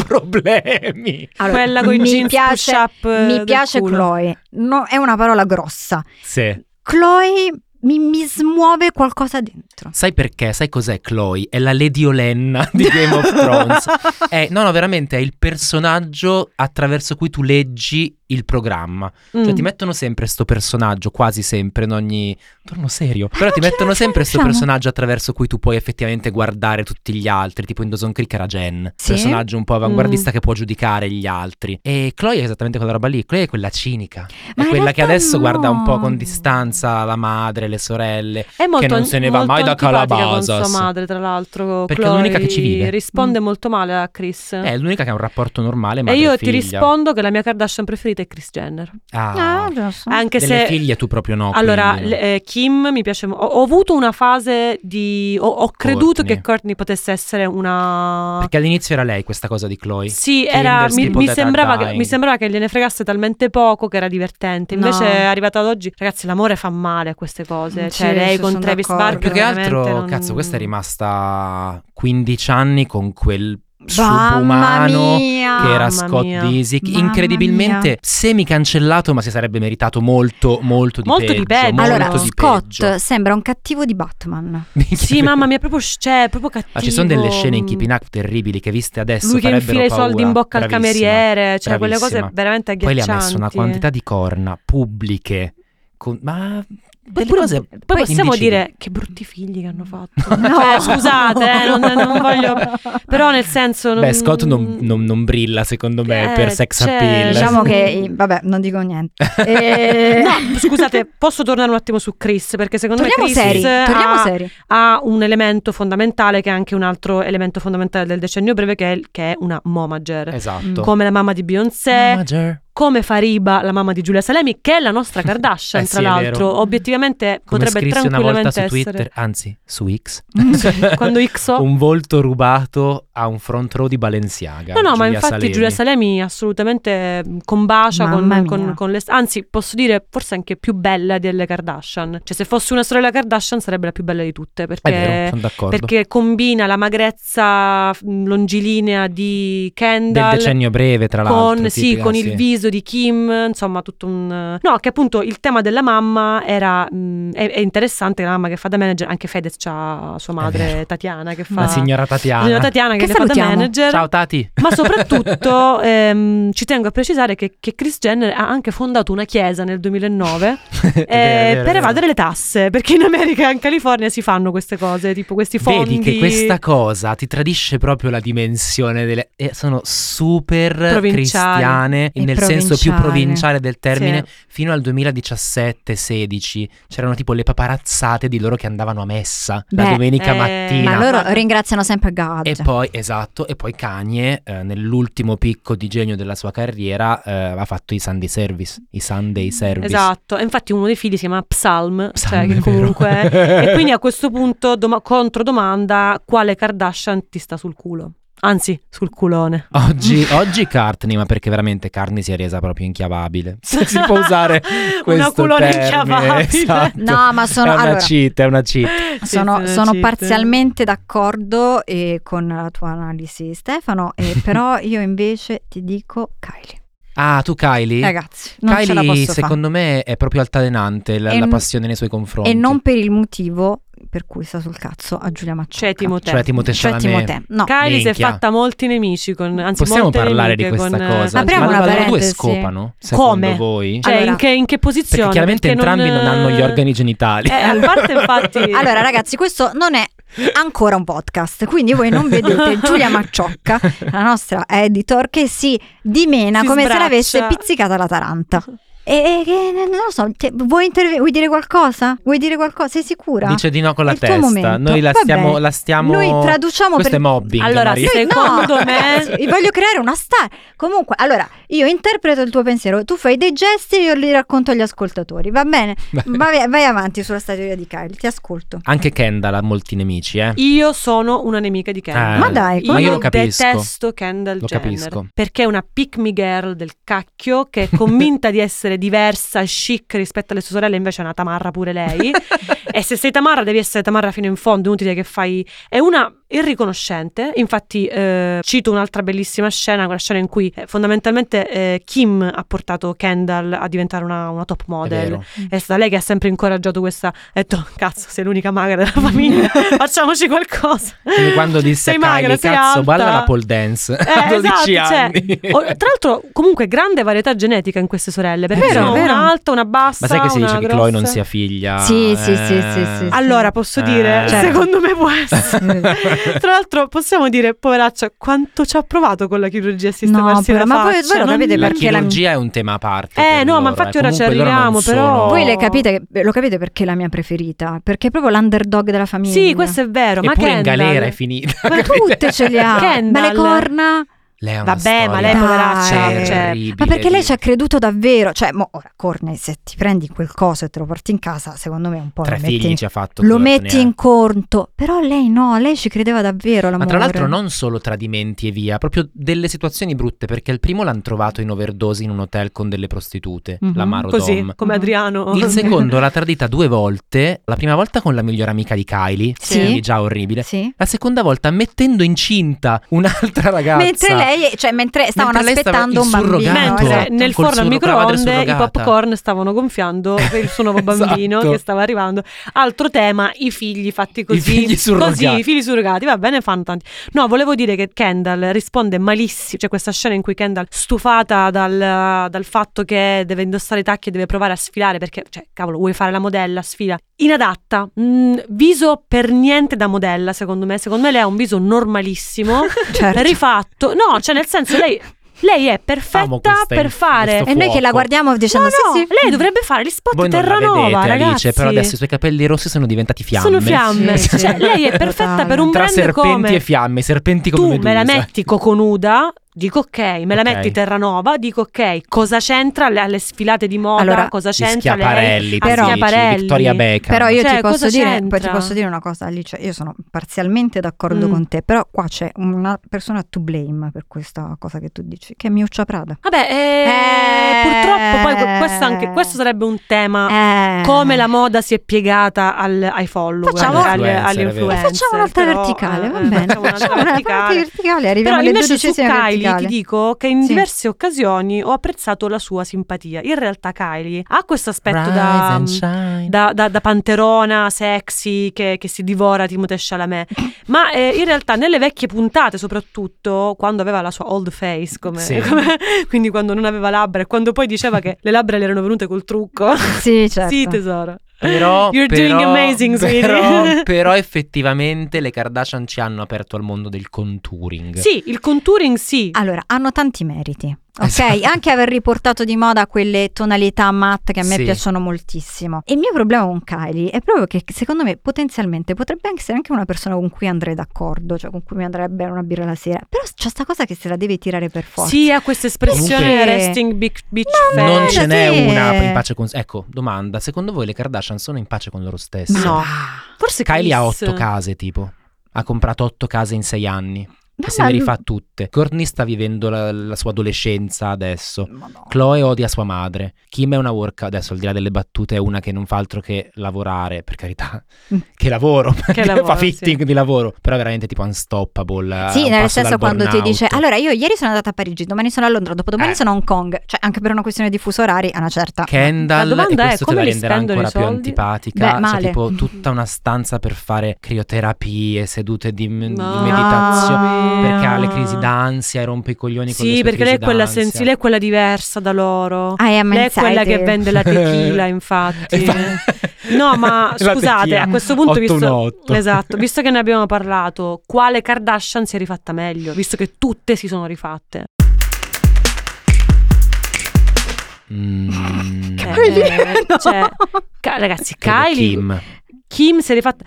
problemi.
Allora,
Quella con i
mi
jeans
piace,
push up. eh,
Mi
del
piace
culo.
Chloe. No, è una parola grossa.
Sì.
Chloe mi, mi smuove qualcosa dentro.
Sai perché? Sai cos'è Chloe? È la Lady Olenna di Game of Thrones. È- no, no, veramente è il personaggio attraverso cui tu leggi il programma. Cioè,
Mm.
ti mettono sempre sto personaggio, quasi sempre, in ogni. Torno serio. Però ti
no, ce
mettono
la- ce la
sempre sto
facciamo.
personaggio attraverso cui tu puoi effettivamente guardare tutti gli altri. Tipo in Dawson Creek era Jen,
Sì.
personaggio un po' avanguardista che può giudicare gli altri. E Chloe è esattamente quella roba lì. Chloe è quella cinica.
Ma
è
in
quella che
realtà
adesso guarda un po' con
no.
distanza la madre, le sorelle.
È molto,
non se ne va
molto
mai da
antipatica
Calabasas.
con sua madre, tra l'altro.
Perché è
Chloe
l'unica che ci vive. Mm.
risponde molto male a Chris.
È l'unica che ha un rapporto normale.
Ah. e
madre
io ti
figlia.
rispondo che la mia Kardashian preferita è Chris Jenner.
Ah,
Ah, giusto.
Anche
delle
se
figlie tu proprio no.
Allora,
quindi.
le- eh, Kim mi piace mo- ho, ho avuto una fase di ho, ho creduto
Courtney.
che Courtney potesse essere una
Perché all'inizio era lei questa cosa di Chloe.
Sì,
Tinder,
era- mi,
tipo
mi
Dead
sembrava che,
Dying.
mi sembrava che gliene fregasse talmente poco che era divertente. Invece
No.
è arrivata ad oggi, ragazzi, l'amore fa male a queste cose. Cioè,
Mm, Sì,
lei
sì,
con
sono
Travis
d'accordo.
Barker.
Più che altro,
veramente non-
cazzo, questa è rimasta 15 anni con quel
Mamma
subumano
mia.
che era
Mamma
Scott
mia.
Disick,
Mamma
incredibilmente semi-cancellato, ma si sarebbe meritato molto, molto di
Molto
peggio.
di peggio.
molto
Allora,
di
Scott
peggio.
sembra un cattivo di Batman.
Sì, mamma mia, proprio, cioè, proprio cattivo.
Ma Ah, ci sono delle scene in Keeping Up terribili che viste adesso
Lui che
farebbero
infila i
paura.
soldi in bocca al
Bravissima.
cameriere, cioè quelle
bravissima.
cose veramente
Poi
agghiaccianti.
le ha messo una quantità di corna pubbliche, con- ma delle
Pure-
cose
poi possiamo
indicibili.
dire che brutti figli che hanno fatto. Cioè, scusate, eh, non, non voglio. Però,
Ah.
nel senso.
Beh, Scott non, non- non brilla, secondo me,
Eh,
per sex
cioè,
appeal.
Diciamo
Sì.
che, vabbè, non dico niente. Eh,
No, scusate, posso tornare un attimo su Chris? Perché secondo
torniamo
me Chris
seri, torniamo
ha,
seri.
ha un elemento fondamentale che è anche un altro elemento fondamentale del decennio breve che è, che è una momager.
Esatto.
Come la mamma di Beyoncé,
Manager.
come Fariba, la mamma di Giulia Salemi, che è la nostra Kardashian,
Eh sì,
tra
è vero.
l'altro. Obiettivamente
Come
potrebbe
scrisse una volta
tranquillamente
su Twitter,
essere. Mm.
anzi su X,
Quando Ixo.
un volto rubato a un front row di Balenciaga.
No, no, ma
Giulia
infatti
Salemi.
Giulia Salemi assolutamente mm, combacia
Mamma
con,
mia.
con- con le... Anzi, posso dire forse anche più bella delle Kardashian. Cioè, se fosse una sorella Kardashian sarebbe la più bella di tutte,
È
perché...
vero, sono d'accordo.
Perché combina la magrezza mm, longilinea di
Del
Kendall
decennio breve, tra l'altro.
con, sì,
tipica,
con
sì.
il viso di Kim, insomma, tutto un. No, che appunto il tema della mamma era. mh, è, è interessante la mamma che fa da manager. Anche Fedez ha sua madre
vero.
Tatiana che fa.
La signora
la
Tatiana.
signora Tatiana che,
Che
ne fa da
salutiamo.
manager.
Ciao Tati.
Ma soprattutto ehm, ci tengo a precisare che, che Chris Jenner ha anche fondato una chiesa nel 2009
È vero,
eh,
è vero,
per
è vero.
evadere le tasse, perché in America e in California si fanno queste cose, tipo questi fondi.
Vedi che questa cosa ti tradisce proprio la dimensione delle... eh, sono super
Provinciali.
cristiane
E
nel senso più
Provinciale.
provinciale del termine, fino al 2017-16 c'erano tipo le paparazzate di loro che andavano a messa la
Beh,
domenica
eh,
mattina.
Ma
Tina.
loro ringraziano sempre God.
E poi, esatto, e poi Kanye, eh, nell'ultimo picco di genio della sua carriera, eh, ha fatto i Sunday Service, i Sunday Service.
Esatto, e infatti uno dei figli si chiama Psalm,
Psalm,
cioè
è
che
vero.
comunque... e quindi a questo punto doma- controdomanda quale Kardashian ti sta sul culo. Anzi, sul culone.
Oggi, oggi Cartney, ma perché veramente Cartney si è resa proprio inchiavabile. Se si può usare questo
Una culone
termine,
inchiavabile.
esatto.
No, ma sono,
è una
allora,
cheat, è una cheat.
Sì,
sono,
sì,
sono
sì, sì.
parzialmente d'accordo eh, con la tua analisi, Stefano, eh, però io invece ti dico Kylie.
Ah, tu Kylie?
Ragazzi, non ce la
Kylie,
posso fare.
secondo me, è proprio altalenante la,
E
la
n-
passione nei suoi confronti.
E non per il motivo per cui sta sul cazzo a Giulia Macciocca.
C'è Timoteo.
Cioè, Timothée
Cioè
Chalamet.
Timoteo. No,
Kylie si è
Ah, Minchia.
fatta molti nemici con... Anzi,
eh, Possiamo
molte
parlare di
nemiche
questa
con-
cosa?
Apriamo
ma
una
loro due
parentesi.
scopano, secondo
Come?
voi?
Cioè,
Allora-
in, che, in che posizione?
Perché chiaramente entrambi non... hanno gli organi genitali.
Eh, a parte infatti...
Allora, ragazzi, questo non è ancora un podcast, quindi voi non vedete Giulia Macciocca, la nostra editor, che si dimena
Si
come se
sbraccia.
l'avesse pizzicata la Taranta. E, e- e- non lo so, te- vuoi, interve- vuoi dire qualcosa? Vuoi dire qualcosa? Sei sicura?
Dice di no con
È
la
il tuo
testa.
momento.
Noi la
Va
stiamo.
bene.
La stiamo...
Noi traduciamo
Questo
per-
è mobbing.
Allora,
Maria.
se-
Noi- Ah, no,
Secondo me-
ragazzi, io voglio creare una star. Comunque, allora, io interpreto il tuo pensiero, tu fai dei gesti e io li racconto agli ascoltatori, va bene? Vai, vai avanti sulla stagione di Kylie, ti ascolto.
Anche Kendall ha molti nemici, eh.
Io sono una nemica di Kendall.
Eh,
Ma dai,
ma
come-
io lo capisco.
detesto Kendall
Lo
Jenner
capisco.
perché è una pick me girl del cacchio che è convinta di essere diversa e chic rispetto alle sue sorelle, invece è una tamarra pure lei. e se sei tamarra devi essere tamarra fino in fondo, inutile che fai... È una irriconoscente, infatti eh, cito un'altra bellissima scena, quella scena in cui eh, fondamentalmente eh, Kim ha portato Kendall a diventare una, una top
È
model.
vero.
È stata lei che ha sempre incoraggiato questa. Ha detto: Cazzo, sei l'unica magra della famiglia, facciamoci qualcosa.
Quindi quando disse
sei
a Kylie,
magra, sei
cazzo,
alta."
balla la pole dance
Eh,
a 12
esatto, cioè,
anni.
o- tra l'altro, comunque, grande varietà genetica in queste sorelle. Perché
Eh, Vero,
c'è
vero.
una alta, una bassa.
Ma sai che si
una
dice che
grossa.
Chloe non sia figlia?
Sì, sì, sì, sì, sì, sì.
Allora, posso dire,
Eh.
Certo.
secondo me può essere. Tra l'altro, possiamo dire, poveraccia, quanto ci ha provato con la chirurgia a sistemarsi
No, però,
la
ma voi-
faccia,
voi lo
non-
capite
La
perché la-
chirurgia è un tema a parte.
Eh,
per
no, ma
loro,
infatti
eh.
ora ci
Comunque loro non
arriviamo, però-
sono-
Voi
Oh.
le capite, lo capite perché è la mia preferita? Perché è proprio l'underdog della famiglia.
Sì, questo è vero. ma
Eppure
Kendall.
in galera è finita.
Ma
capite?
Tutte ce le ha.
Kendall.
Ma le corna?
Lei ha una
Vabbè, ma
storia Certo.
lei,
Dai.
poveraccia, cioè,
terribile
Ma perché lei
di
ci ha creduto davvero? Cioè, mo, ora, corna, se ti prendi quel coso e te lo porti in casa, secondo me è un po'
Tre
lo metti,
figli
in-
ci ha fatto.
lo
Courtney,
metti
eh.
in conto. Però lei no, lei ci credeva davvero,
Ma
l'amore.
tra l'altro non solo tradimenti e via, proprio delle situazioni brutte, perché il primo l'hanno trovato in overdose in un hotel con delle prostitute,
Mhm,
l'amaro
così,
Dom.
come Adriano.
Il secondo l'ha tradita due volte, la prima volta con la migliore amica di Kylie,
Sì.
quindi già orribile,
Sì.
la seconda volta mettendo incinta un'altra ragazza.
Mentre lei, cioè, mentre stavano
Mentre lei stava
aspettando
il
un bambino.
surrogato.
esatto.
Mentre nel
Col
forno a
surro- con la madre
microonde i
surrogata.
popcorn stavano gonfiando per il suo nuovo bambino
Esatto.
che stava arrivando. Altro tema, i figli fatti così.
figli
Così,
surrogati.
i figli surrogati, va bene, fanno tanti. No, volevo dire che Kendall risponde malissimo, cioè questa scena in cui Kendall, stufata dal, dal fatto che deve indossare i tacchi e deve provare a sfilare perché, cioè, cavolo, vuoi fare la modella, sfila. Inadatta, mm, viso per niente da modella, secondo me. Secondo me lei ha un viso normalissimo,
Certo.
rifatto. No, cioè nel senso lei... Lei è
Amo
perfetta
questa
per
inf-
fare. Eh,
questo
E noi che la
fuoco.
guardiamo dicendo
No, no,
sì, sì.
lei dovrebbe fare gli spot
Voi non la
Terranova,
vedete,
ragazzi.
Alice, però adesso i suoi capelli rossi sono diventati fiamme.
Sono fiamme.
Sì, sì.
Cioè, lei è perfetta
Totale.
per un
Tra
brand
serpenti
come
e fiamme, serpenti come
tu
medusa.
me la metti coconuda, dico ok, me la
Ok.
metti Terranova, dico ok, cosa c'entra le- alle sfilate di moda,
Allora,
cosa
Gli
c'entra lei?
Schiaparelli,
Però-
però
Schiaparelli.
Victoria Beckham.
Però io
Cioè,
ti, posso
cosa
dire,
c'entra?
poi ti posso dire una cosa, Alice. Io sono parzialmente d'accordo
Mm.
con te, però qua c'è una persona to blame per questa cosa che tu dici, che è Miuccia Prada.
Vabbè, eh,
Eh.
purtroppo poi que- questo, anche, questo sarebbe un tema
Eh.
come la moda si è piegata al- ai follower,
Facciamo-
alle- alle,
Influencer, è vero.
Eh,
influencer.
Facciamo un'altra
però,
verticale,
eh,
va bene.
Facciamo un'altra verticale.
verticale, arriviamo
Però
alle
invece su
dodicesime
Kylie
verticali.
ti dico che in
Sì.
diverse occasioni ho apprezzato la sua simpatia. In realtà Kylie ha questo aspetto da, da- da- da panterona, sexy, che, che si divora Timothée Chalamet. Ma eh, in realtà nelle vecchie puntate, soprattutto quando aveva la sua old face, come-
Sì.
come- quindi quando non aveva labbra e quando poi diceva che le labbra le erano venute col trucco.
Sì, certo.
Sì tesoro.
Però,
You're doing
però-
amazing, sweetie.
però, però effettivamente le Kardashian ci hanno aperto al mondo del contouring.
Sì, il contouring sì.
Allora, hanno tanti meriti, ok?
Esatto.
Anche aver riportato di moda quelle tonalità matte che a me
Sì.
piacciono moltissimo. E il mio problema con Kylie è proprio che secondo me potenzialmente potrebbe essere anche una persona con cui andrei d'accordo, cioè con cui mi andrei a bere una birra la sera. Però c'è sta cosa che se la deve tirare per forza.
Sì, ha questa espressione
Comunque-
resting big bitch
Ma
face.
non ce n'è
sì.
una in pace con... Ecco, domanda, secondo voi le Kardashian sono in pace con loro stesse?
Ma no.
Ma
Ah, Forse
Kylie ha
Chris.
otto case, tipo. Ha comprato otto case in sei anni. E se
ma-
le rifà tutte. Courtney sta vivendo la, la sua adolescenza adesso.
Madonna.
Chloe odia sua madre. Kim è una work adesso, al di là delle battute, è una che non fa altro che lavorare, per carità.
Mm.
Che lavoro, perché
lavoro,
fa
sì.
fitting di lavoro, però è veramente tipo unstoppable. a
Sì,
un
nel
passo
senso
dal
quando ti
burnout.
dice allora io ieri sono andata a Parigi, domani sono a Londra, dopodomani
Eh.
sono a Hong Kong, cioè anche per una questione di fuso orari a una certa.
Kendall,
La domanda
e
è,
questo te
come
la
li
renderà
spendono
ancora
i
più
soldi?
antipatica,
Beh,
c'è
male.
tipo tutta una stanza per fare crioterapie, sedute di, di
No.
meditazione,
Ah.
perché ha le crisi d'ansia e rompe i coglioni con le
Sì,
sue
perché lei
crisi
è quella
d'ansia.
sensi, lei è quella diversa da loro.
I am
Lei è quella che
inside.
vende la tequila, infatti. No, ma
Esatto. La
scusate,
tequila.
a questo punto, visto,
818.
esatto, visto che ne abbiamo parlato, quale Kardashian si è rifatta meglio? Visto che tutte si sono rifatte.
Mm.
Cioè,
Eh, no.
cioè, ca- ragazzi,
Credo
Kylie, Kim.
Kim.
si è rifatta.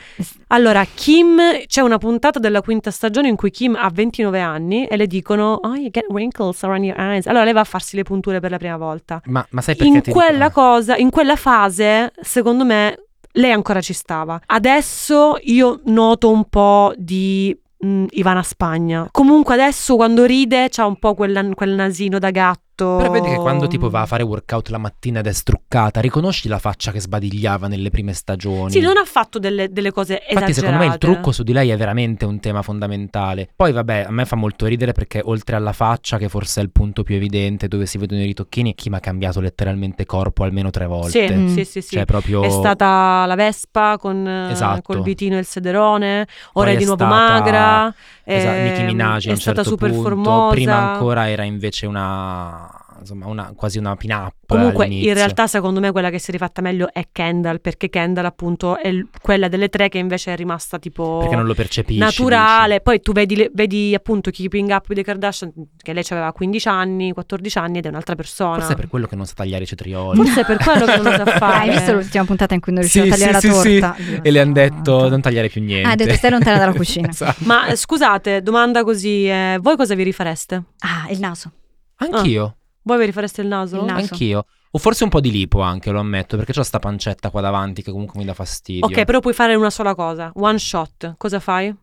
Allora, Kim, c'è una puntata della quinta stagione in cui Kim ha 29 anni e le dicono, Oh, you get wrinkles around your eyes. Allora lei va a farsi le punture per la prima volta.
Ma, ma sai perché
in
ti
quella
dico-
cosa, in quella fase, secondo me, lei ancora ci stava. Adesso io noto un po' di mh, Ivana Spagna. Comunque adesso quando ride c'ha un po' quella- quel nasino da gatto.
Però vedi che quando tipo
Oh.
va a fare workout la mattina ed è struccata, riconosci la faccia che sbadigliava nelle prime stagioni.
Sì, non eh. ha fatto delle, delle cose esagerate.
Infatti, secondo me il trucco su di lei è veramente un tema fondamentale. Poi, vabbè, a me fa molto ridere perché oltre alla faccia, che forse è il punto più evidente dove si vedono i ritocchini, Kim ha cambiato letteralmente corpo almeno tre volte.
Sì,
Mm.
sì, sì, sì.
Cioè, proprio.
È stata la Vespa con eh,
Esatto.
col bitino e il sederone, ora
Poi
è di
è
nuovo
stata-
magra.
Esatto,
ehm,
Nicki Minaj a
è
un
stata
certo
super
punto.
formosa.
Prima ancora era invece una. Insomma, una, quasi una pin-up.
Comunque,
all'inizio.
in realtà, secondo me, quella che si è rifatta meglio è Kendall, perché Kendall, appunto, è l- quella delle tre che invece è rimasta tipo
Perché non lo percepisci.
naturale. Poi tu vedi, le- vedi, appunto Keeping Up with the Kardashian, che lei aveva 15 anni, 14 anni ed è un'altra persona.
dici. Forse è per quello che non sa tagliare i cetrioli.
Forse è per quello che non lo sa fare.
Hai visto l'ultima puntata in cui non
Sì,
riuscivo a tagliare
sì,
la
sì, sì.
torta? Dio
E le hanno detto
santo.
non tagliare più niente.
Ah, ha detto stai lontana dalla cucina.
Esatto.
Ma eh, scusate, domanda così, eh, voi cosa vi rifareste?
Ah, il naso.
Anch'io.
Voi vi rifareste Ah, il naso?
Il naso.
Anch'io. O forse un po' di lipo anche, lo ammetto, perché c'ho sta pancetta qua davanti che comunque mi dà fastidio.
Ok, però puoi fare una sola cosa, one shot. Cosa fai?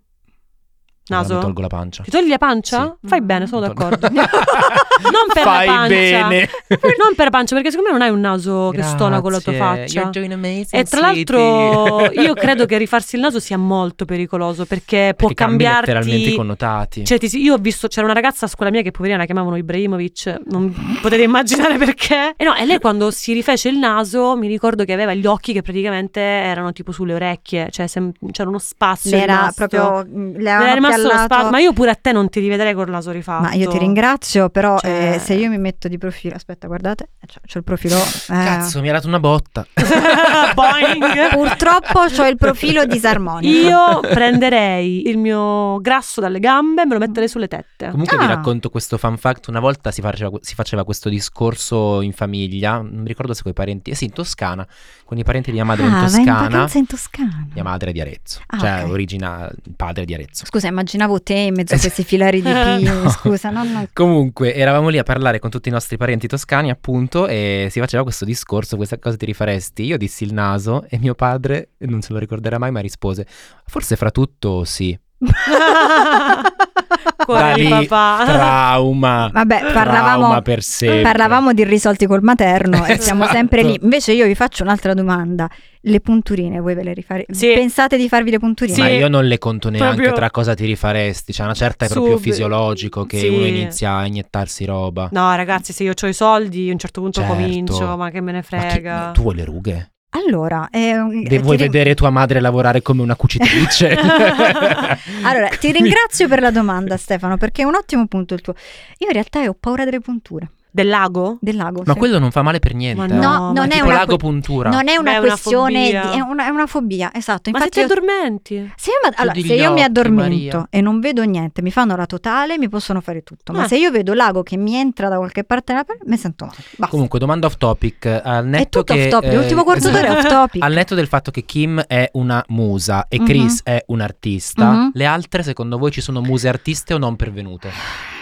Allora
Naso?
Mi tolgo la pancia.
Ti togli la pancia?
Sì.
Fai bene, sono
Mi tolgo-
d'accordo. non per
Fai
la pancia.
bene.
Non per pancia, perché secondo me non hai un naso che stona con la tua
Grazie.
faccia.
You're doing amazing,
E tra l'altro
sweetie.
io credo che rifarsi il naso sia molto pericoloso perché può
Perché cambi letteralmente i
cambiarti
connotati.
cioè, ti si- io ho visto, c'era una ragazza a scuola mia che poverina la chiamavano Ibrahimovic, non potete immaginare perché. E no, e lei quando si rifece il naso, mi ricordo che aveva gli occhi che praticamente erano tipo sulle orecchie, cioè sem- c'era uno spazio.
Le era
rimasto.
proprio. mm, Le
Le era
avevano
rimasto uno
piallato.
spazio, ma io pure a te non ti rivedrei col naso rifatto.
Ma io ti ringrazio, però
Cioè-
eh, se io mi metto di profilo, aspetta, guardate, c'ho, c'ho il profilo. eh.
Cazzo, mi ha dato una botta.
Boing.
Purtroppo c'ho il profilo disarmonico.
Io prenderei il mio grasso dalle gambe e me lo metterei sulle tette.
Comunque vi
Ah.
racconto questo fun fact. Una volta si faceva, si faceva questo discorso in famiglia, non mi ricordo se con i parenti, eh sì, in Toscana, con i parenti di mia madre in
ah, va in
Toscana.
vacanza in Toscana.
Mia madre è di Arezzo,
Ah,
cioè
ok.
origina il padre è di Arezzo.
Scusa, immaginavo te in mezzo a
Eh, sì.
questi filari di pini.
No.
Scusa, no, no.
Comunque, eravamo lì a parlare con tutti i nostri parenti toscani, appunto, e si faceva questo discorso, questa cosa ti rifaresti? Io dissi il naso e mio padre, e non se lo ricorderà mai, ma rispose, forse fra tutto sì.
Cuore
Da
di
lì,
Ah.
papà.
Trauma.
Vabbè,
Eh.
Trauma
parlavamo,
per sempre.
parlavamo di risolti col materno e siamo
Esatto.
sempre lì. Invece io vi faccio un'altra domanda. Le punturine, voi ve le rifare?
Sì.
Pensate di farvi le punturine?
Ma
Sì.
io non le conto neanche
Proprio-
tra cosa ti rifaresti, cioè una certa è proprio
Sub-
fisiologico che
Sì.
uno inizia a iniettarsi roba.
No, ragazzi, se io ho i soldi, a un certo punto
Certo.
comincio, ma che me ne
Ma chi-
frega.
tu vuoi le rughe?
Allora, ehm,
De-
ti
vuoi
ri-
vedere tua madre lavorare come una cucitrice?
Allora, ti
Quindi-
ringrazio per la domanda, Stefano, perché è un ottimo punto il tuo. Io in realtà ho paura delle punture.
Del lago?
del lago.
Ma
sì.
quello non fa male per niente.
Ma
eh.
No,
No,
non
ma
è
tipo
una,
l'ago
que-
puntura.
non è una
Beh, è una
questione,
fobia.
di- è, una, è una fobia, esatto.
Ma se
Infatti
ti
io-
addormenti?
se io, mi- allora,
Chiudi
se
gli
io mi
occhi,
addormento
Maria.
e non vedo niente, mi fanno la totale, mi possono fare tutto. Ma
Ah.
se io vedo l'ago che mi entra da qualche parte, nella pelle, mi sento male. Basta.
Comunque, domanda off topic. eh, Al
è
netto
tutto
che,
off topic.
eh,
L'ultimo quarto
esatto.
d'ora è off topic.
Al netto del fatto che Kim è una musa e
Mhm.
Chris è un artista,
Mhm.
le altre secondo voi ci sono muse artiste o non pervenute?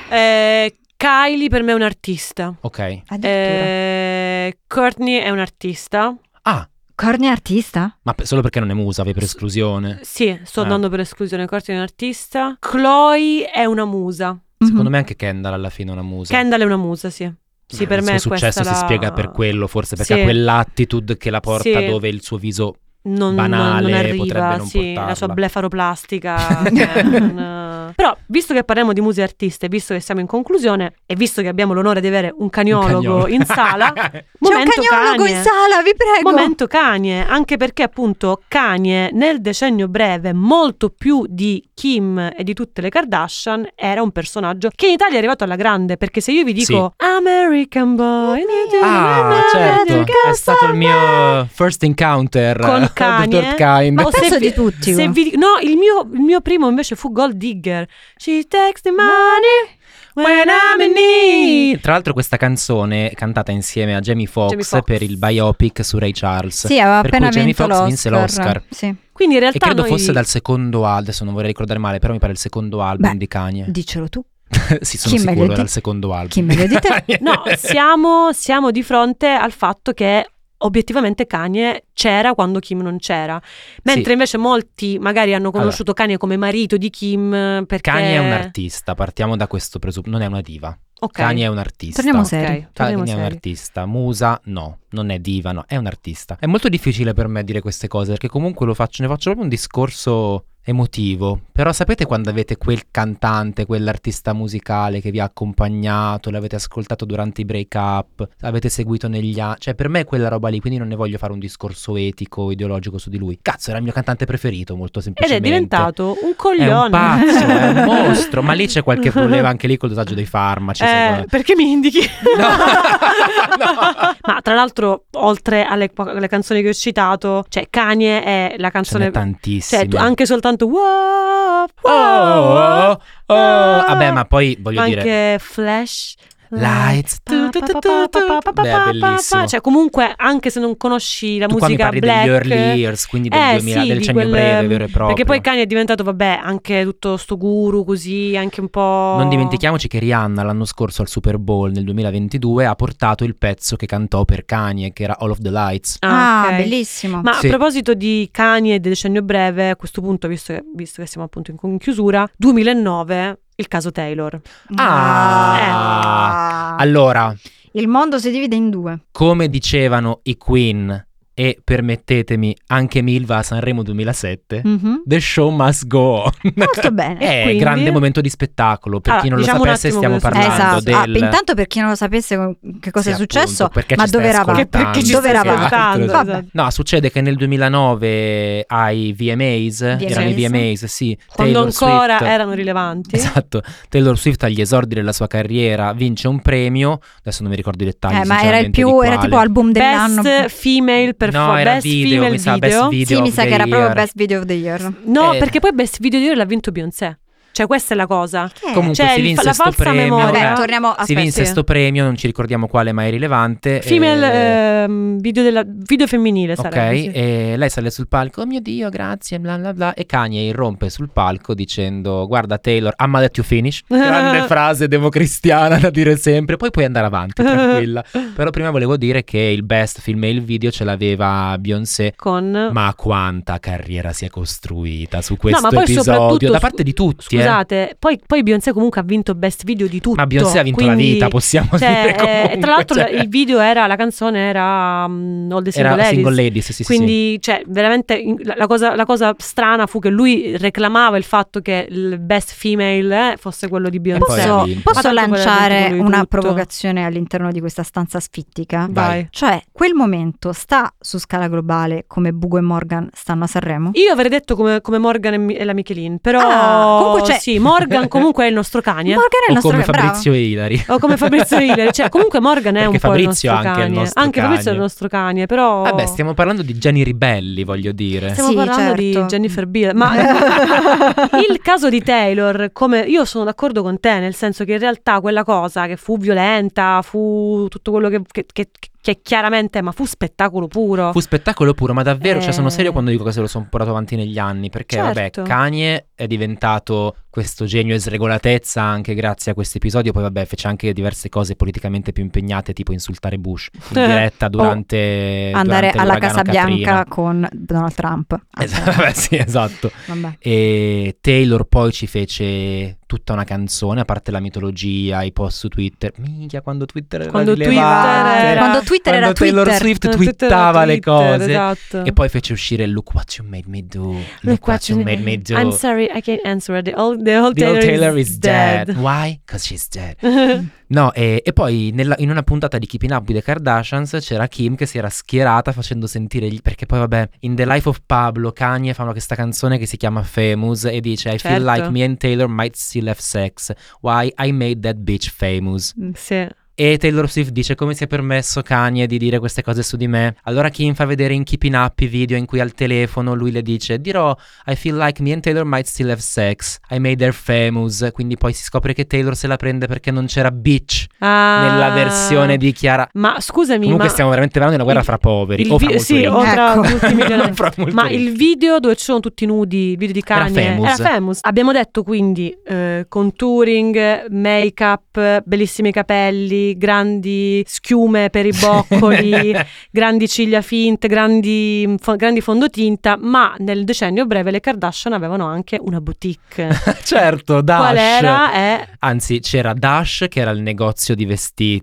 Eh, Kylie per me è un artista.
Ok.
Addirittura.
Eh, Courtney è un artista.
Ah,
Corny è artista?
ma pe- solo perché non è musa, avevi per
S-
esclusione.
Sì, sto
Ah.
andando per esclusione. Courtney è un artista. Chloe è una musa.
Secondo
Mhm.
me anche Kendall alla fine è una musa. Cioè,
Kendall è una musa, sì. mm-hmm. Sì, per
il
me
suo successo
questa
si
la-
spiega per quello, forse perché
Sì.
ha quell'attitude che la porta
Sì.
dove il suo viso
non,
banale,
non, non arriva,
potrebbe non
sì, la sua
portarla.
blefaroplastica. che non- Però, visto che parliamo di musei artiste, visto che siamo in conclusione e visto che abbiamo l'onore di avere un
un
caniologo
cagnolo.
in sala,
C'è un
momento
cagnologo
cane.
in sala, vi prego.
Momento Kanye, anche perché appunto Kanye nel decennio breve, molto più di Kim e di tutte le Kardashian, era un personaggio che in Italia è arrivato alla grande, perché se io vi dico American Boy, Mm-hmm.
Ah, certo, è stato il mio first encounter
Con
of the
Kanye.
third kind.
Ma
Ho
Oh, se
perso
vi-
di tutti.
oh.
se vi- no, il mio, il mio primo invece fu Gold Digger. She takes the money when I'm in need.
Tra l'altro questa canzone è cantata insieme a Jamie Foxx
Jamie Foxx.
per il biopic su Ray Charles.
Sì, aveva
per
appena
cui Jamie
vinto
Foxx vinse l'Oscar. Eh.
Sì.
Quindi in
E
realtà
credo
noi-
fosse dal secondo album, adesso non vorrei ricordare male, però mi pare il secondo album
Beh,
di Kanye.
Dicelo tu.
sì, sono
chi me lo
sicuro, era
di-
il secondo album.
chi me lo dite?
No, siamo, siamo di fronte al fatto che obiettivamente Kanye c'era quando Kim non c'era. Mentre
Sì.
invece molti magari hanno conosciuto Kanye come marito di Kim eh, perché...
Kanye è un artista, partiamo da questo presupposto, non è una diva.
Ok.
Kanye è un artista.
Torniamo
Ok,
seri.
torniamo
Kanye è un
seri.
artista, Musa no, non è diva, no, è un artista. È molto difficile per me dire queste cose perché comunque lo faccio, ne faccio proprio un discorso emotivo, però sapete quando avete quel cantante, quell'artista musicale che vi ha accompagnato, l'avete ascoltato durante i break up, avete seguito negli anni, cioè per me è quella roba lì, quindi non ne voglio fare un discorso etico, ideologico su di lui. Cazzo, era il mio cantante preferito, molto
Ed
semplicemente.
è diventato un
È
coglione.
un pazzo, è un mostro, ma lì c'è qualche problema anche lì col dosaggio dei farmaci. secondo
Eh,
me.
perché mi indichi?
No. No.
Ma tra l'altro, oltre alle, alle canzoni che ho citato, cioè Kanye è la
Ce n'è
canzone.
tantissime.
Cioè, tu- anche soltanto wow,
Oh, oh,
wow,
oh, oh. Vabbè, ma poi voglio
Ah, ma
dire.
anche Flash
Lights.
Tu, tu, tu, tu, tu.
Beh, bellissimo.
Cioè, comunque, anche se non conosci la
tu qua mi
musica
parli
black,
degli early years, quindi del,
eh,
2000,
sì,
del
di
decennio
quel-
breve, vero e proprio.
perché poi Kanye è diventato, vabbè, anche tutto sto guru così, anche un po'.
Non dimentichiamoci che Rihanna l'anno scorso al Super Bowl nel 2022 ha portato il pezzo che cantò per Kanye, che era All of the Lights.
Ah,
ok.
bellissimo.
Ma
Sì.
a proposito di Kanye e del decennio breve, a questo punto, visto che, visto che siamo appunto in con- chiusura, 2009, il caso Taylor.
Ah. Allora,
Eh. Il mondo si divide in due.
come dicevano i Queen e permettetemi anche Milva a Sanremo 2007,
Mm.
Mhm.
The show must go on.
Molto bene.
Eh,
quindi?
grande momento di spettacolo. Per
Allora,
chi non lo
diciamo un
sapesse,
attimo
stiamo
cosa-
parlando
esatto.
del.
Ah, intanto per chi non lo sapesse con- che cosa
Sì,
è successo,
appunto, perché
ma
ci stai
dove eravate?
ascoltando,
Perché ci
dove
stai
eravate?
ascoltando,
Vabbè.
esatto.
No, succede che nel 2009 ai VMAs, erano i VMAs, sì,
Quando
Taylor
ancora
Swift-
erano rilevanti.
Esatto, Taylor Swift agli esordi della sua carriera vince un premio, adesso non mi ricordo i dettagli.
Eh, ma era il
sinceramente, di
più era
quale.
tipo album dell'anno.
Best female
No,
performance,
era
best
video,
female
mi sa, best
video.
video
sì, mi
of
sa
the
che era proprio
year.
best video of the year.
No,
Eh.
perché poi Best Video di Year l'ha vinto Beyoncé. Cioè, questa è la cosa.
Che è?
Comunque
Cioè,
si
il-
vinse
la
sto
falsa
premio,
memoria.
eh,
Vabbè, torniamo a
si vinse
aspetta.
sto premio, non ci ricordiamo quale, ma è rilevante. eh,
Female ehm, video, della- video femminile
Ok, eh.
sarebbe. sì.
e lei sale sul palco, oh mio Dio, grazie, bla bla bla, e Kanye irrompe sul palco dicendo, guarda Taylor, I'm let you finish, grande frase democristiana da dire sempre, poi puoi andare avanti, tranquilla. Però prima volevo dire che il best film e il video ce l'aveva Beyoncé,
Con...
ma quanta carriera si è costruita su questo
ma poi soprattutto,
episodio, da
scu-
parte di tutti, eh.
Scusate, poi, poi Beyoncé comunque ha vinto Best Video di tutto.
ma Beyoncé ha vinto la
quindi-
vita, possiamo
cioè,
dire
eh,
comunque.
e tra l'altro
cioè,
il video era, la canzone era mm, All the Single
era
Ladies.
Single Ladies, sì sì sì.
Quindi, cioè, veramente in- la, la cosa, la cosa strana fu che lui reclamava il fatto che il best female eh, fosse quello di Beyoncé.
poi ha
Posso,
vinto.
posso
Ma tanto quella gente
lanciare
vuole
una
tutto.
provocazione all'interno di questa stanza sfittica?
Vai.
Cioè, quel momento sta su scala globale come Bugo e Morgan stanno a Sanremo?
Io avrei detto come, come Morgan e, Mi- e la Michelin, però
Ah, comunque
Cioè, sì, Morgan comunque è il nostro cane. eh.
Morgan è il
o
nostro
come
bravo.
Fabrizio e Ilari.
o come Fabrizio Hiller. Cioè, comunque Morgan è
Perché
un po' il nostro
Fabrizio è anche il
cane.
nostro
anche Fabrizio è il
cane.
nostro cane, però.
Vabbè, stiamo parlando di geni ribelli, voglio dire.
Stiamo
Sì,
parlando di
certo.
Jennifer Beal, ma il caso di Taylor, come io sono d'accordo con te, nel senso che in realtà quella cosa che fu violenta, fu tutto quello che, che- che- che chiaramente, ma fu spettacolo puro.
Fu spettacolo puro, ma davvero, cioè, sono
Eh.
serio quando dico che se lo sono portato avanti negli anni, perché
Certo.
vabbè, Kanye è diventato questo genio e sregolatezza anche grazie a questo episodio, poi vabbè, fece anche diverse cose politicamente più impegnate, tipo insultare Bush in
Eh.
diretta durante...
Andare
durante
alla
l'uragano
Casa Bianca
Katrina.
con Donald Trump. Ah,
Esatto, vabbè, sì, esatto.
Vabbè.
E Taylor poi ci fece tutta una canzone, a parte la mitologia, i post su Twitter. Minchia, quando Twitter era
Quando Twitter
rilevante.
era-
Ah, Quando Twitter
Quando
era
Taylor
Twitter.
Swift
Twitter,
twittava le
Twitter,
cose.
Esatto.
E poi fece uscire Look What You Made Me Do. Look, What You Made Me Do.
I'm sorry, I can't answer. The old, the old
"Oh, The
Taylor,
old Taylor is, dead.
dead.
Why? Because she's dead. No, e, e poi nella- in una puntata di Keeping Up with the Kardashians c'era Kim che si era schierata facendo sentire gli- perché poi vabbè, in The Life of Pablo Kanye fa una- questa canzone che si chiama Famous e dice I feel
Certo.
like me and Taylor might still have sex. Why I made that bitch famous.
sì.
E Taylor Swift dice come si è permesso Kanye di dire queste cose su di me. Allora Kim fa vedere in Keeping Up i video in cui al telefono lui le dice dirò I feel like me and Taylor might still have sex. I made her famous. Quindi poi si scopre che Taylor se la prende perché non c'era bitch
Ah.
nella versione di Chiara.
Ma scusami,
Comunque
ma...
stiamo veramente parlando di una guerra
il-
fra poveri.
il
O fra
vi- sì,
molto
o tra
Ecco.
tutti i miliardi.
Fra molto
Ma
ricchi.
il video dove ci sono tutti nudi, il video di Kanye,
Famous.
famous. Abbiamo detto quindi eh, contouring, make-up, bellissimi capelli, grandi schiume per i boccoli, grandi ciglia finte, grandi, mm, fo- grandi fondotinta, ma nel decennio breve le Kardashian avevano anche una boutique.
certo, Dash.
Qual era? Eh, È
Anzi, c'era Dash, che era il negozio di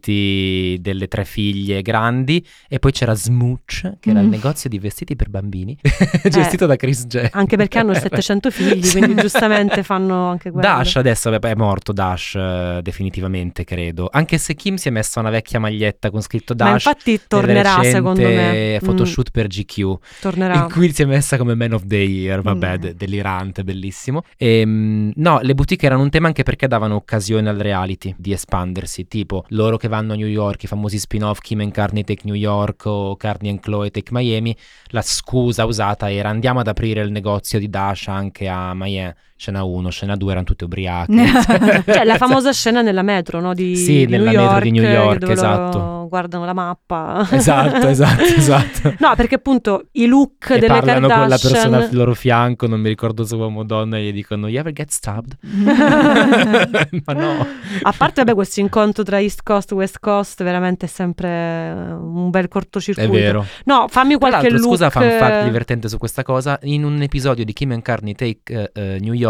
vestiti delle tre figlie grandi, e poi c'era Smooch, che era il
Mm.
negozio di vestiti per bambini, gestito da Chris Jenner.
Eh, anche perché hanno 700 figli,
Sì.
quindi giustamente fanno anche quello.
Dash adesso vabbè, è morto Dash eh, definitivamente credo anche se Kim si è messa una vecchia maglietta con scritto
Ma
Dash
infatti tornerà
nel
secondo me.
recente
Mm,
photoshoot per GQ
tornerà.
in cui si è messa come Man of the Year, vabbè,
Mm.
de- delirante, bellissimo. Ehm, no, le boutique erano un tema anche perché davano occasione al reality di espandersi, tipo loro che vanno a New York, i famosi spin-off Kim and Carney Take New York o Carney and Chloe Take Miami, la scusa usata era andiamo ad aprire il negozio di Dash anche a Miami. Scena 1, scena 2 erano tutte ubriache.
Cioè, la famosa scena nella metro, no? Di,
Sì,
di
nella
New
metro di New
York,
York,
dove loro
esatto.
guardano la mappa.
Esatto, esatto, esatto.
No, perché appunto i look
E
delle
parlano con la
Kardashian...
persona al loro fianco, non mi ricordo se uomo o donna, e gli dicono You ever get stabbed? Ma no.
A parte vabbè, questo incontro tra East Coast e West Coast, veramente è sempre eh, un bel
È
cortocircuito.
vero.
No, fammi
Tra
qualche
l'altro,
look. eh,
scusa, fan fact divertente su questa cosa. In un episodio di Kim and Carney Take eh, eh, New York,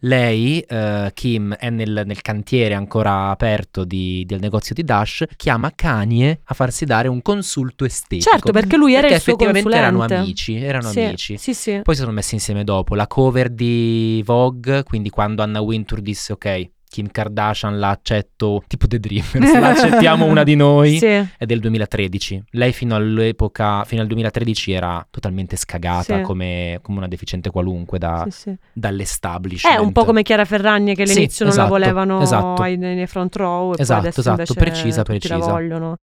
lei, eh, Kim, è nel, nel cantiere ancora aperto di- del negozio di Dash, chiama Kanye a farsi dare un consulto estetico.
Certo, perché lui era
Perché
il suo
effettivamente
consulente.
erano amici, erano
sì,
amici.
Sì, sì.
Poi si sono messi insieme dopo la cover di Vogue, quindi quando Anna Wintour disse ok, Kim Kardashian la accetto, tipo The Dreamers, la accettiamo una di noi
Sì.
è del 2013. Lei fino all'epoca, fino al 2013 era totalmente scagata
Sì.
come, come una deficiente qualunque da-
sì, sì.
dall'establishment.
È un po' come Chiara Ferragni che
Sì,
all'inizio non la
esatto,
volevano
esatto.
ai- nei nei front row e
Esatto,
poi adesso
esatto,
invece
precisa,
tutti la
precisa.
vogliono.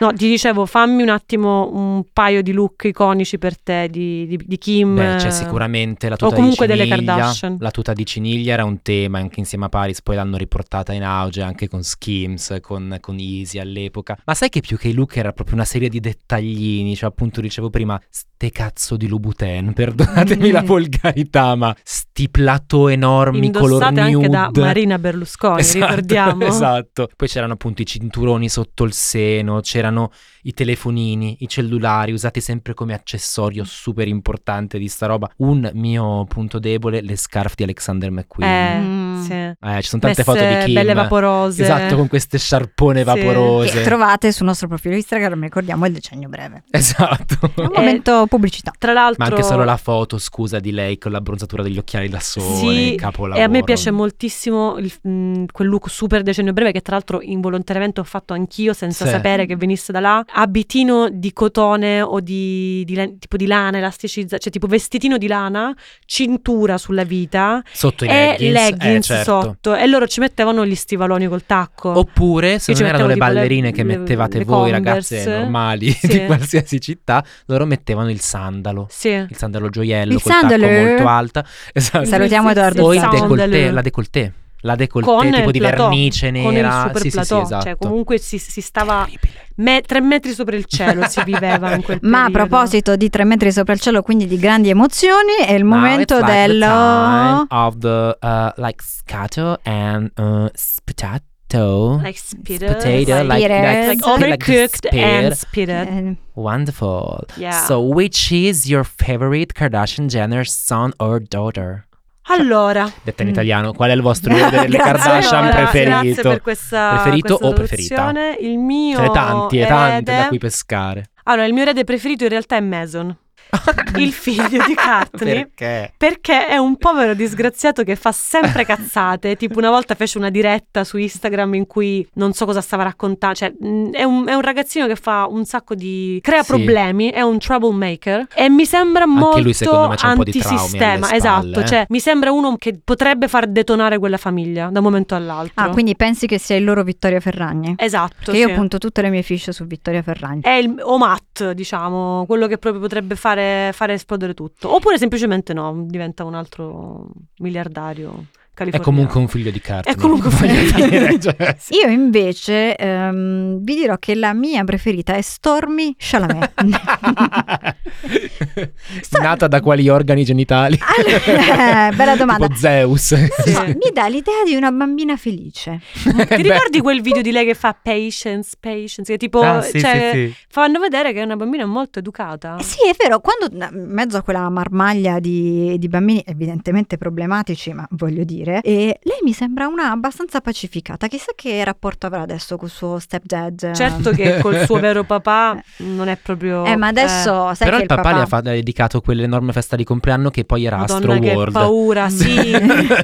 No, ti dicevo, fammi un attimo un paio di look iconici per te di, di- di Kim.
Beh, c'è
eh,
sicuramente la
o
tuta
comunque
di
delle
ciniglia.
Kardashian.
La tuta di ciniglia era un tema anche insieme a Paris, poi l'hanno riportata in auge anche con Skims, con, con Easy all'epoca. Ma sai che più che i look era proprio una serie di dettaglini, cioè appunto dicevo prima, ste cazzo di Louboutin, perdonatemi
Mm.
la volgarità, ma sti plateau enormi, color
eh, Indossate anche da
nude.
Marina Berlusconi,
Esatto,
ricordiamo.
Esatto. Poi c'erano appunto i cinturoni sotto il seno, c'erano i telefonini, i cellulari usati sempre come accessorio super importante di sta roba. Un mio punto debole, le scarf di Alexander McQueen.
Eh,
Mm.
Sì.
Eh, ci sono
Messe
tante foto di Kim.
belle vaporose.
Esatto, con queste sciarpone
Sì.
vaporose.
Che trovate sul nostro profilo Instagram, ricordiamo il decennio breve.
Esatto.
Un
Eh,
momento pubblicità.
Tra l'altro
Ma anche solo la foto, scusa, di lei con l'abbronzatura degli occhiali da sole,
Sì,
il capolavoro.
E a me piace moltissimo il- mh, quel look super decennio breve che tra l'altro involontariamente ho fatto anch'io senza
Sì.
sapere che venisse da là. Abitino di cotone o di, di lan- tipo di lana elasticizzata, cioè tipo vestitino di lana, cintura sulla vita
Sotto i
e
leggings, eh,
leggings,
certo. Oh.
sotto. E loro ci mettevano gli stivaloni col tacco.
Oppure, se
Io ci
non erano le
mettevo tipo le-
ballerine che
le-
mettevate
le
voi,
Converse.
ragazze normali di
Sì.
qualsiasi città, loro mettevano il sandalo.
sì.
Il sandalo gioiello,
Il
col
sandalo.
tacco molto alta. Esatto.
Salutiamo Edoardo
O il
Sandalo.
décolleté, la décolleté. La décolleté,
Con
tipo
il
di
platò,
vernice
con il
nera.
super
sì, sì, sì,
platò,
esatto.
cioè comunque si, si stava
Terribile.
me- tre metri sopra il cielo si viveva in quel
Ma a
periodo.
proposito di tre metri sopra il cielo, quindi di grandi emozioni, è
Ah,
il
Now
momento
it's like the time
dello...
of the uh, like scato and uh, spitato.
like spitted,
potato,
like-
like-
like
like
overcooked
spear.
and spitted.
Eh,
Wonderful.
Yeah.
So, which is your favorite Kardashian Jenner son or daughter?
Allora,
Detta in
Mm.
italiano, qual è il vostro uomo delle
Grazie,
Kardashian
allora,
preferito?
Grazie per questa
Preferito
questa
o preferita?
traduzione. Il mio
Ce ne tanti e tanti
erede-
da cui pescare.
Allora, il mio erede preferito in realtà è Mason, il figlio di Courtney.
Perché?
Perché è un povero disgraziato che fa sempre cazzate. tipo, una volta fece una diretta su Instagram in cui non so cosa stava raccontando. Cioè, mh, è un, è un ragazzino che fa un sacco di. crea
Sì.
problemi, è un troublemaker. E mi sembra
lui,
molto
secondo me, c'ha un po' di traumi alle
antisistema.
spalle,
esatto.
eh.
Cioè, mi sembra uno che potrebbe far detonare quella famiglia da un momento all'altro.
Ah, quindi pensi che sia il loro Vittorio Ferragni?
Esatto.
Che io
sì. Eh,
punto tutte le mie fiche su Vittorio Ferragni.
È il Omat, diciamo, quello che proprio potrebbe fare, fare esplodere tutto. Oppure semplicemente no, diventa un altro miliardario
È
californiano.
comunque un figlio di Courtney.
comunque un figlio di-
Voglio dire, cioè.
Io invece ehm, vi dirò che la mia preferita è Stormy Chalamet. Sto-
Nata da quali organi genitali?
Allora, eh, bella domanda.
Tipo Zeus.
Sì.
Ma mi dà l'idea di una bambina felice.
Ah,
Eh
Ti ricordi quel video di lei che fa patience, patience? Che tipo,
Ah, sì,
cioè,
sì, sì.
fanno vedere che è una bambina molto educata.
Ah.
Eh sì, è vero, quando in mezzo a quella marmaglia di, di bambini evidentemente problematici, ma voglio dire, e lei mi sembra una abbastanza pacificata. Chissà che rapporto avrà adesso col suo stepdad.
Certo che col suo vero papà non è proprio...
Eh, ma adesso sai
Però
che
il papà, le ha, fa- le ha dedicato quell'enorme festa di compleanno che poi era
eh, Madonna
Astro
che
World.
paura, sì,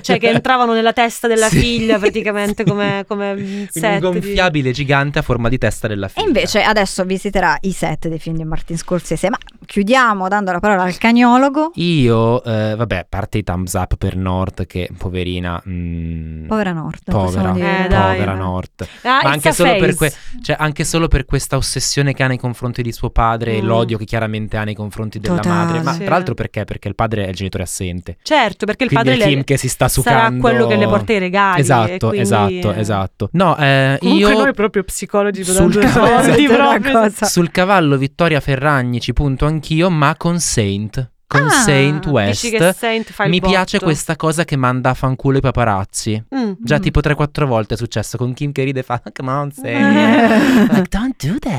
cioè che entravano nella testa della
Sì.
figlia praticamente come, come
Quindi un
set di-
gonfiabile gigante a forma di testa della
E
figlia.
invece adesso visiterà i set dei film di Martin Scorsese, ma chiudiamo dando la parola al cagnologo.
Io, eh, vabbè, a parte i thumbs up per North, che poverina. mm,
Povera Nord,
Povera,
possiamo dire.
Eh, dai.
povera North.
Ah,
Ma
it's
anche
a
solo, per
face.
que- cioè, anche solo per questa ossessione che ha nei confronti di suo padre e
Mm.
l'odio che chiaramente ha nei confronti della
Totale.
madre. Ma
Sì.
tra l'altro perché? Perché il padre è il genitore assente.
Certo, perché il
Quindi
padre
è Kim
le-
che si sta
sarà
sucando.
quello che le porta i regali. e
Esatto,
quindi-
esatto, esatto. No, eh,
Comunque
io
noi proprio psicologi
sul
due
cavallo-
soldi
Esatto,
proprio.
una cosa.
sul cavallo Vittoria Ferragni ci punto anch'io, ma con Saint. Con
Ah,
Saint
Dici che
West.
Saint fa il
Mi piace
botto.
questa cosa che manda a fanculo i paparazzi.
Mm.
Già
Mm.
tipo 3-4 volte è successo con Kim che ride e fa "Ah, Come on,
Eh.
Sam Like, Don't do that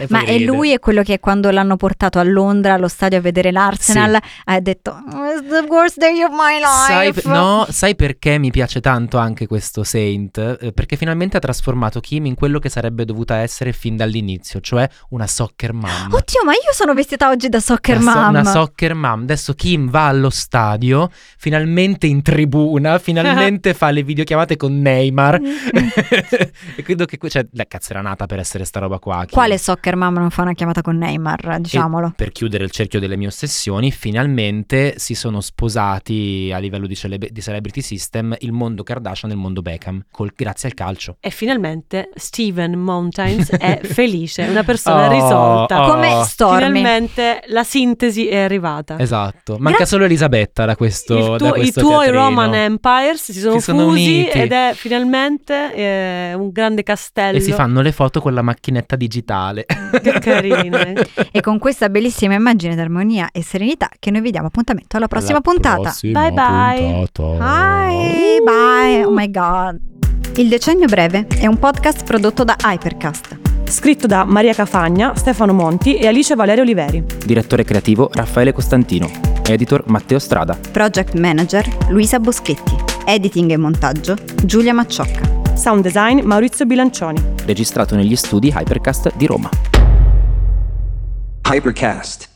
E poi
Ma e
ride.
lui è quello che quando l'hanno portato a Londra allo stadio a vedere l'Arsenal ha detto It's the worst day of my
Sai,
life.
no, sai perché mi piace tanto anche questo Saint? Eh, Perché finalmente ha trasformato Kim in quello che sarebbe dovuta essere fin dall'inizio, cioè una soccer mom.
Oddio, ma io sono vestita oggi da soccer
una, Mm. so-
mom.
una soccer mom. Adesso Kim va allo stadio, finalmente in tribuna, finalmente fa le videochiamate con
Mm.
Neymar. e credo che que- cioè, la cazzo era nata per essere sta roba qua. Kim.
Quale soccer mom non fa una chiamata con Neymar, diciamolo.
per chiudere il cerchio delle mie ossessioni, finalmente si sono sposati a livello di, celeb- di celebrity system il mondo Kardashian e il mondo Beckham, col- grazie al calcio.
E finalmente Steven Mountains è felice, una persona
Oh,
risolta.
oh.
Come Stormy.
Finalmente la sintesi è arrivata.
Esatto, manca
Gra-
solo Elisabetta da questo,
Il
da
tuo- I
questo
tuoi
teatrino.
Roman Empires si sono,
Si sono
fusi
uniti.
ed è finalmente eh, un grande castello.
E si fanno le foto con la macchinetta digitale.
Che carine.
E con questa bellissima immagine d'armonia e serenità che noi vi diamo appuntamento alla prossima
Alla
puntata.
prossima
Bye bye.
puntata.
Bye, bye, oh my god. Il decennio breve è un podcast prodotto da Hypercast.
Scritto da Maria Cafagna, Stefano Monti e Alice Valerio Oliveri.
Direttore creativo Raffaele Costantino. Editor Matteo Strada.
Project Manager Luisa Boschetti. Editing e montaggio Giulia Macciocca.
Sound design Maurizio Bilancioni.
Registrato negli studi Hypercast di Roma.
Hypercast.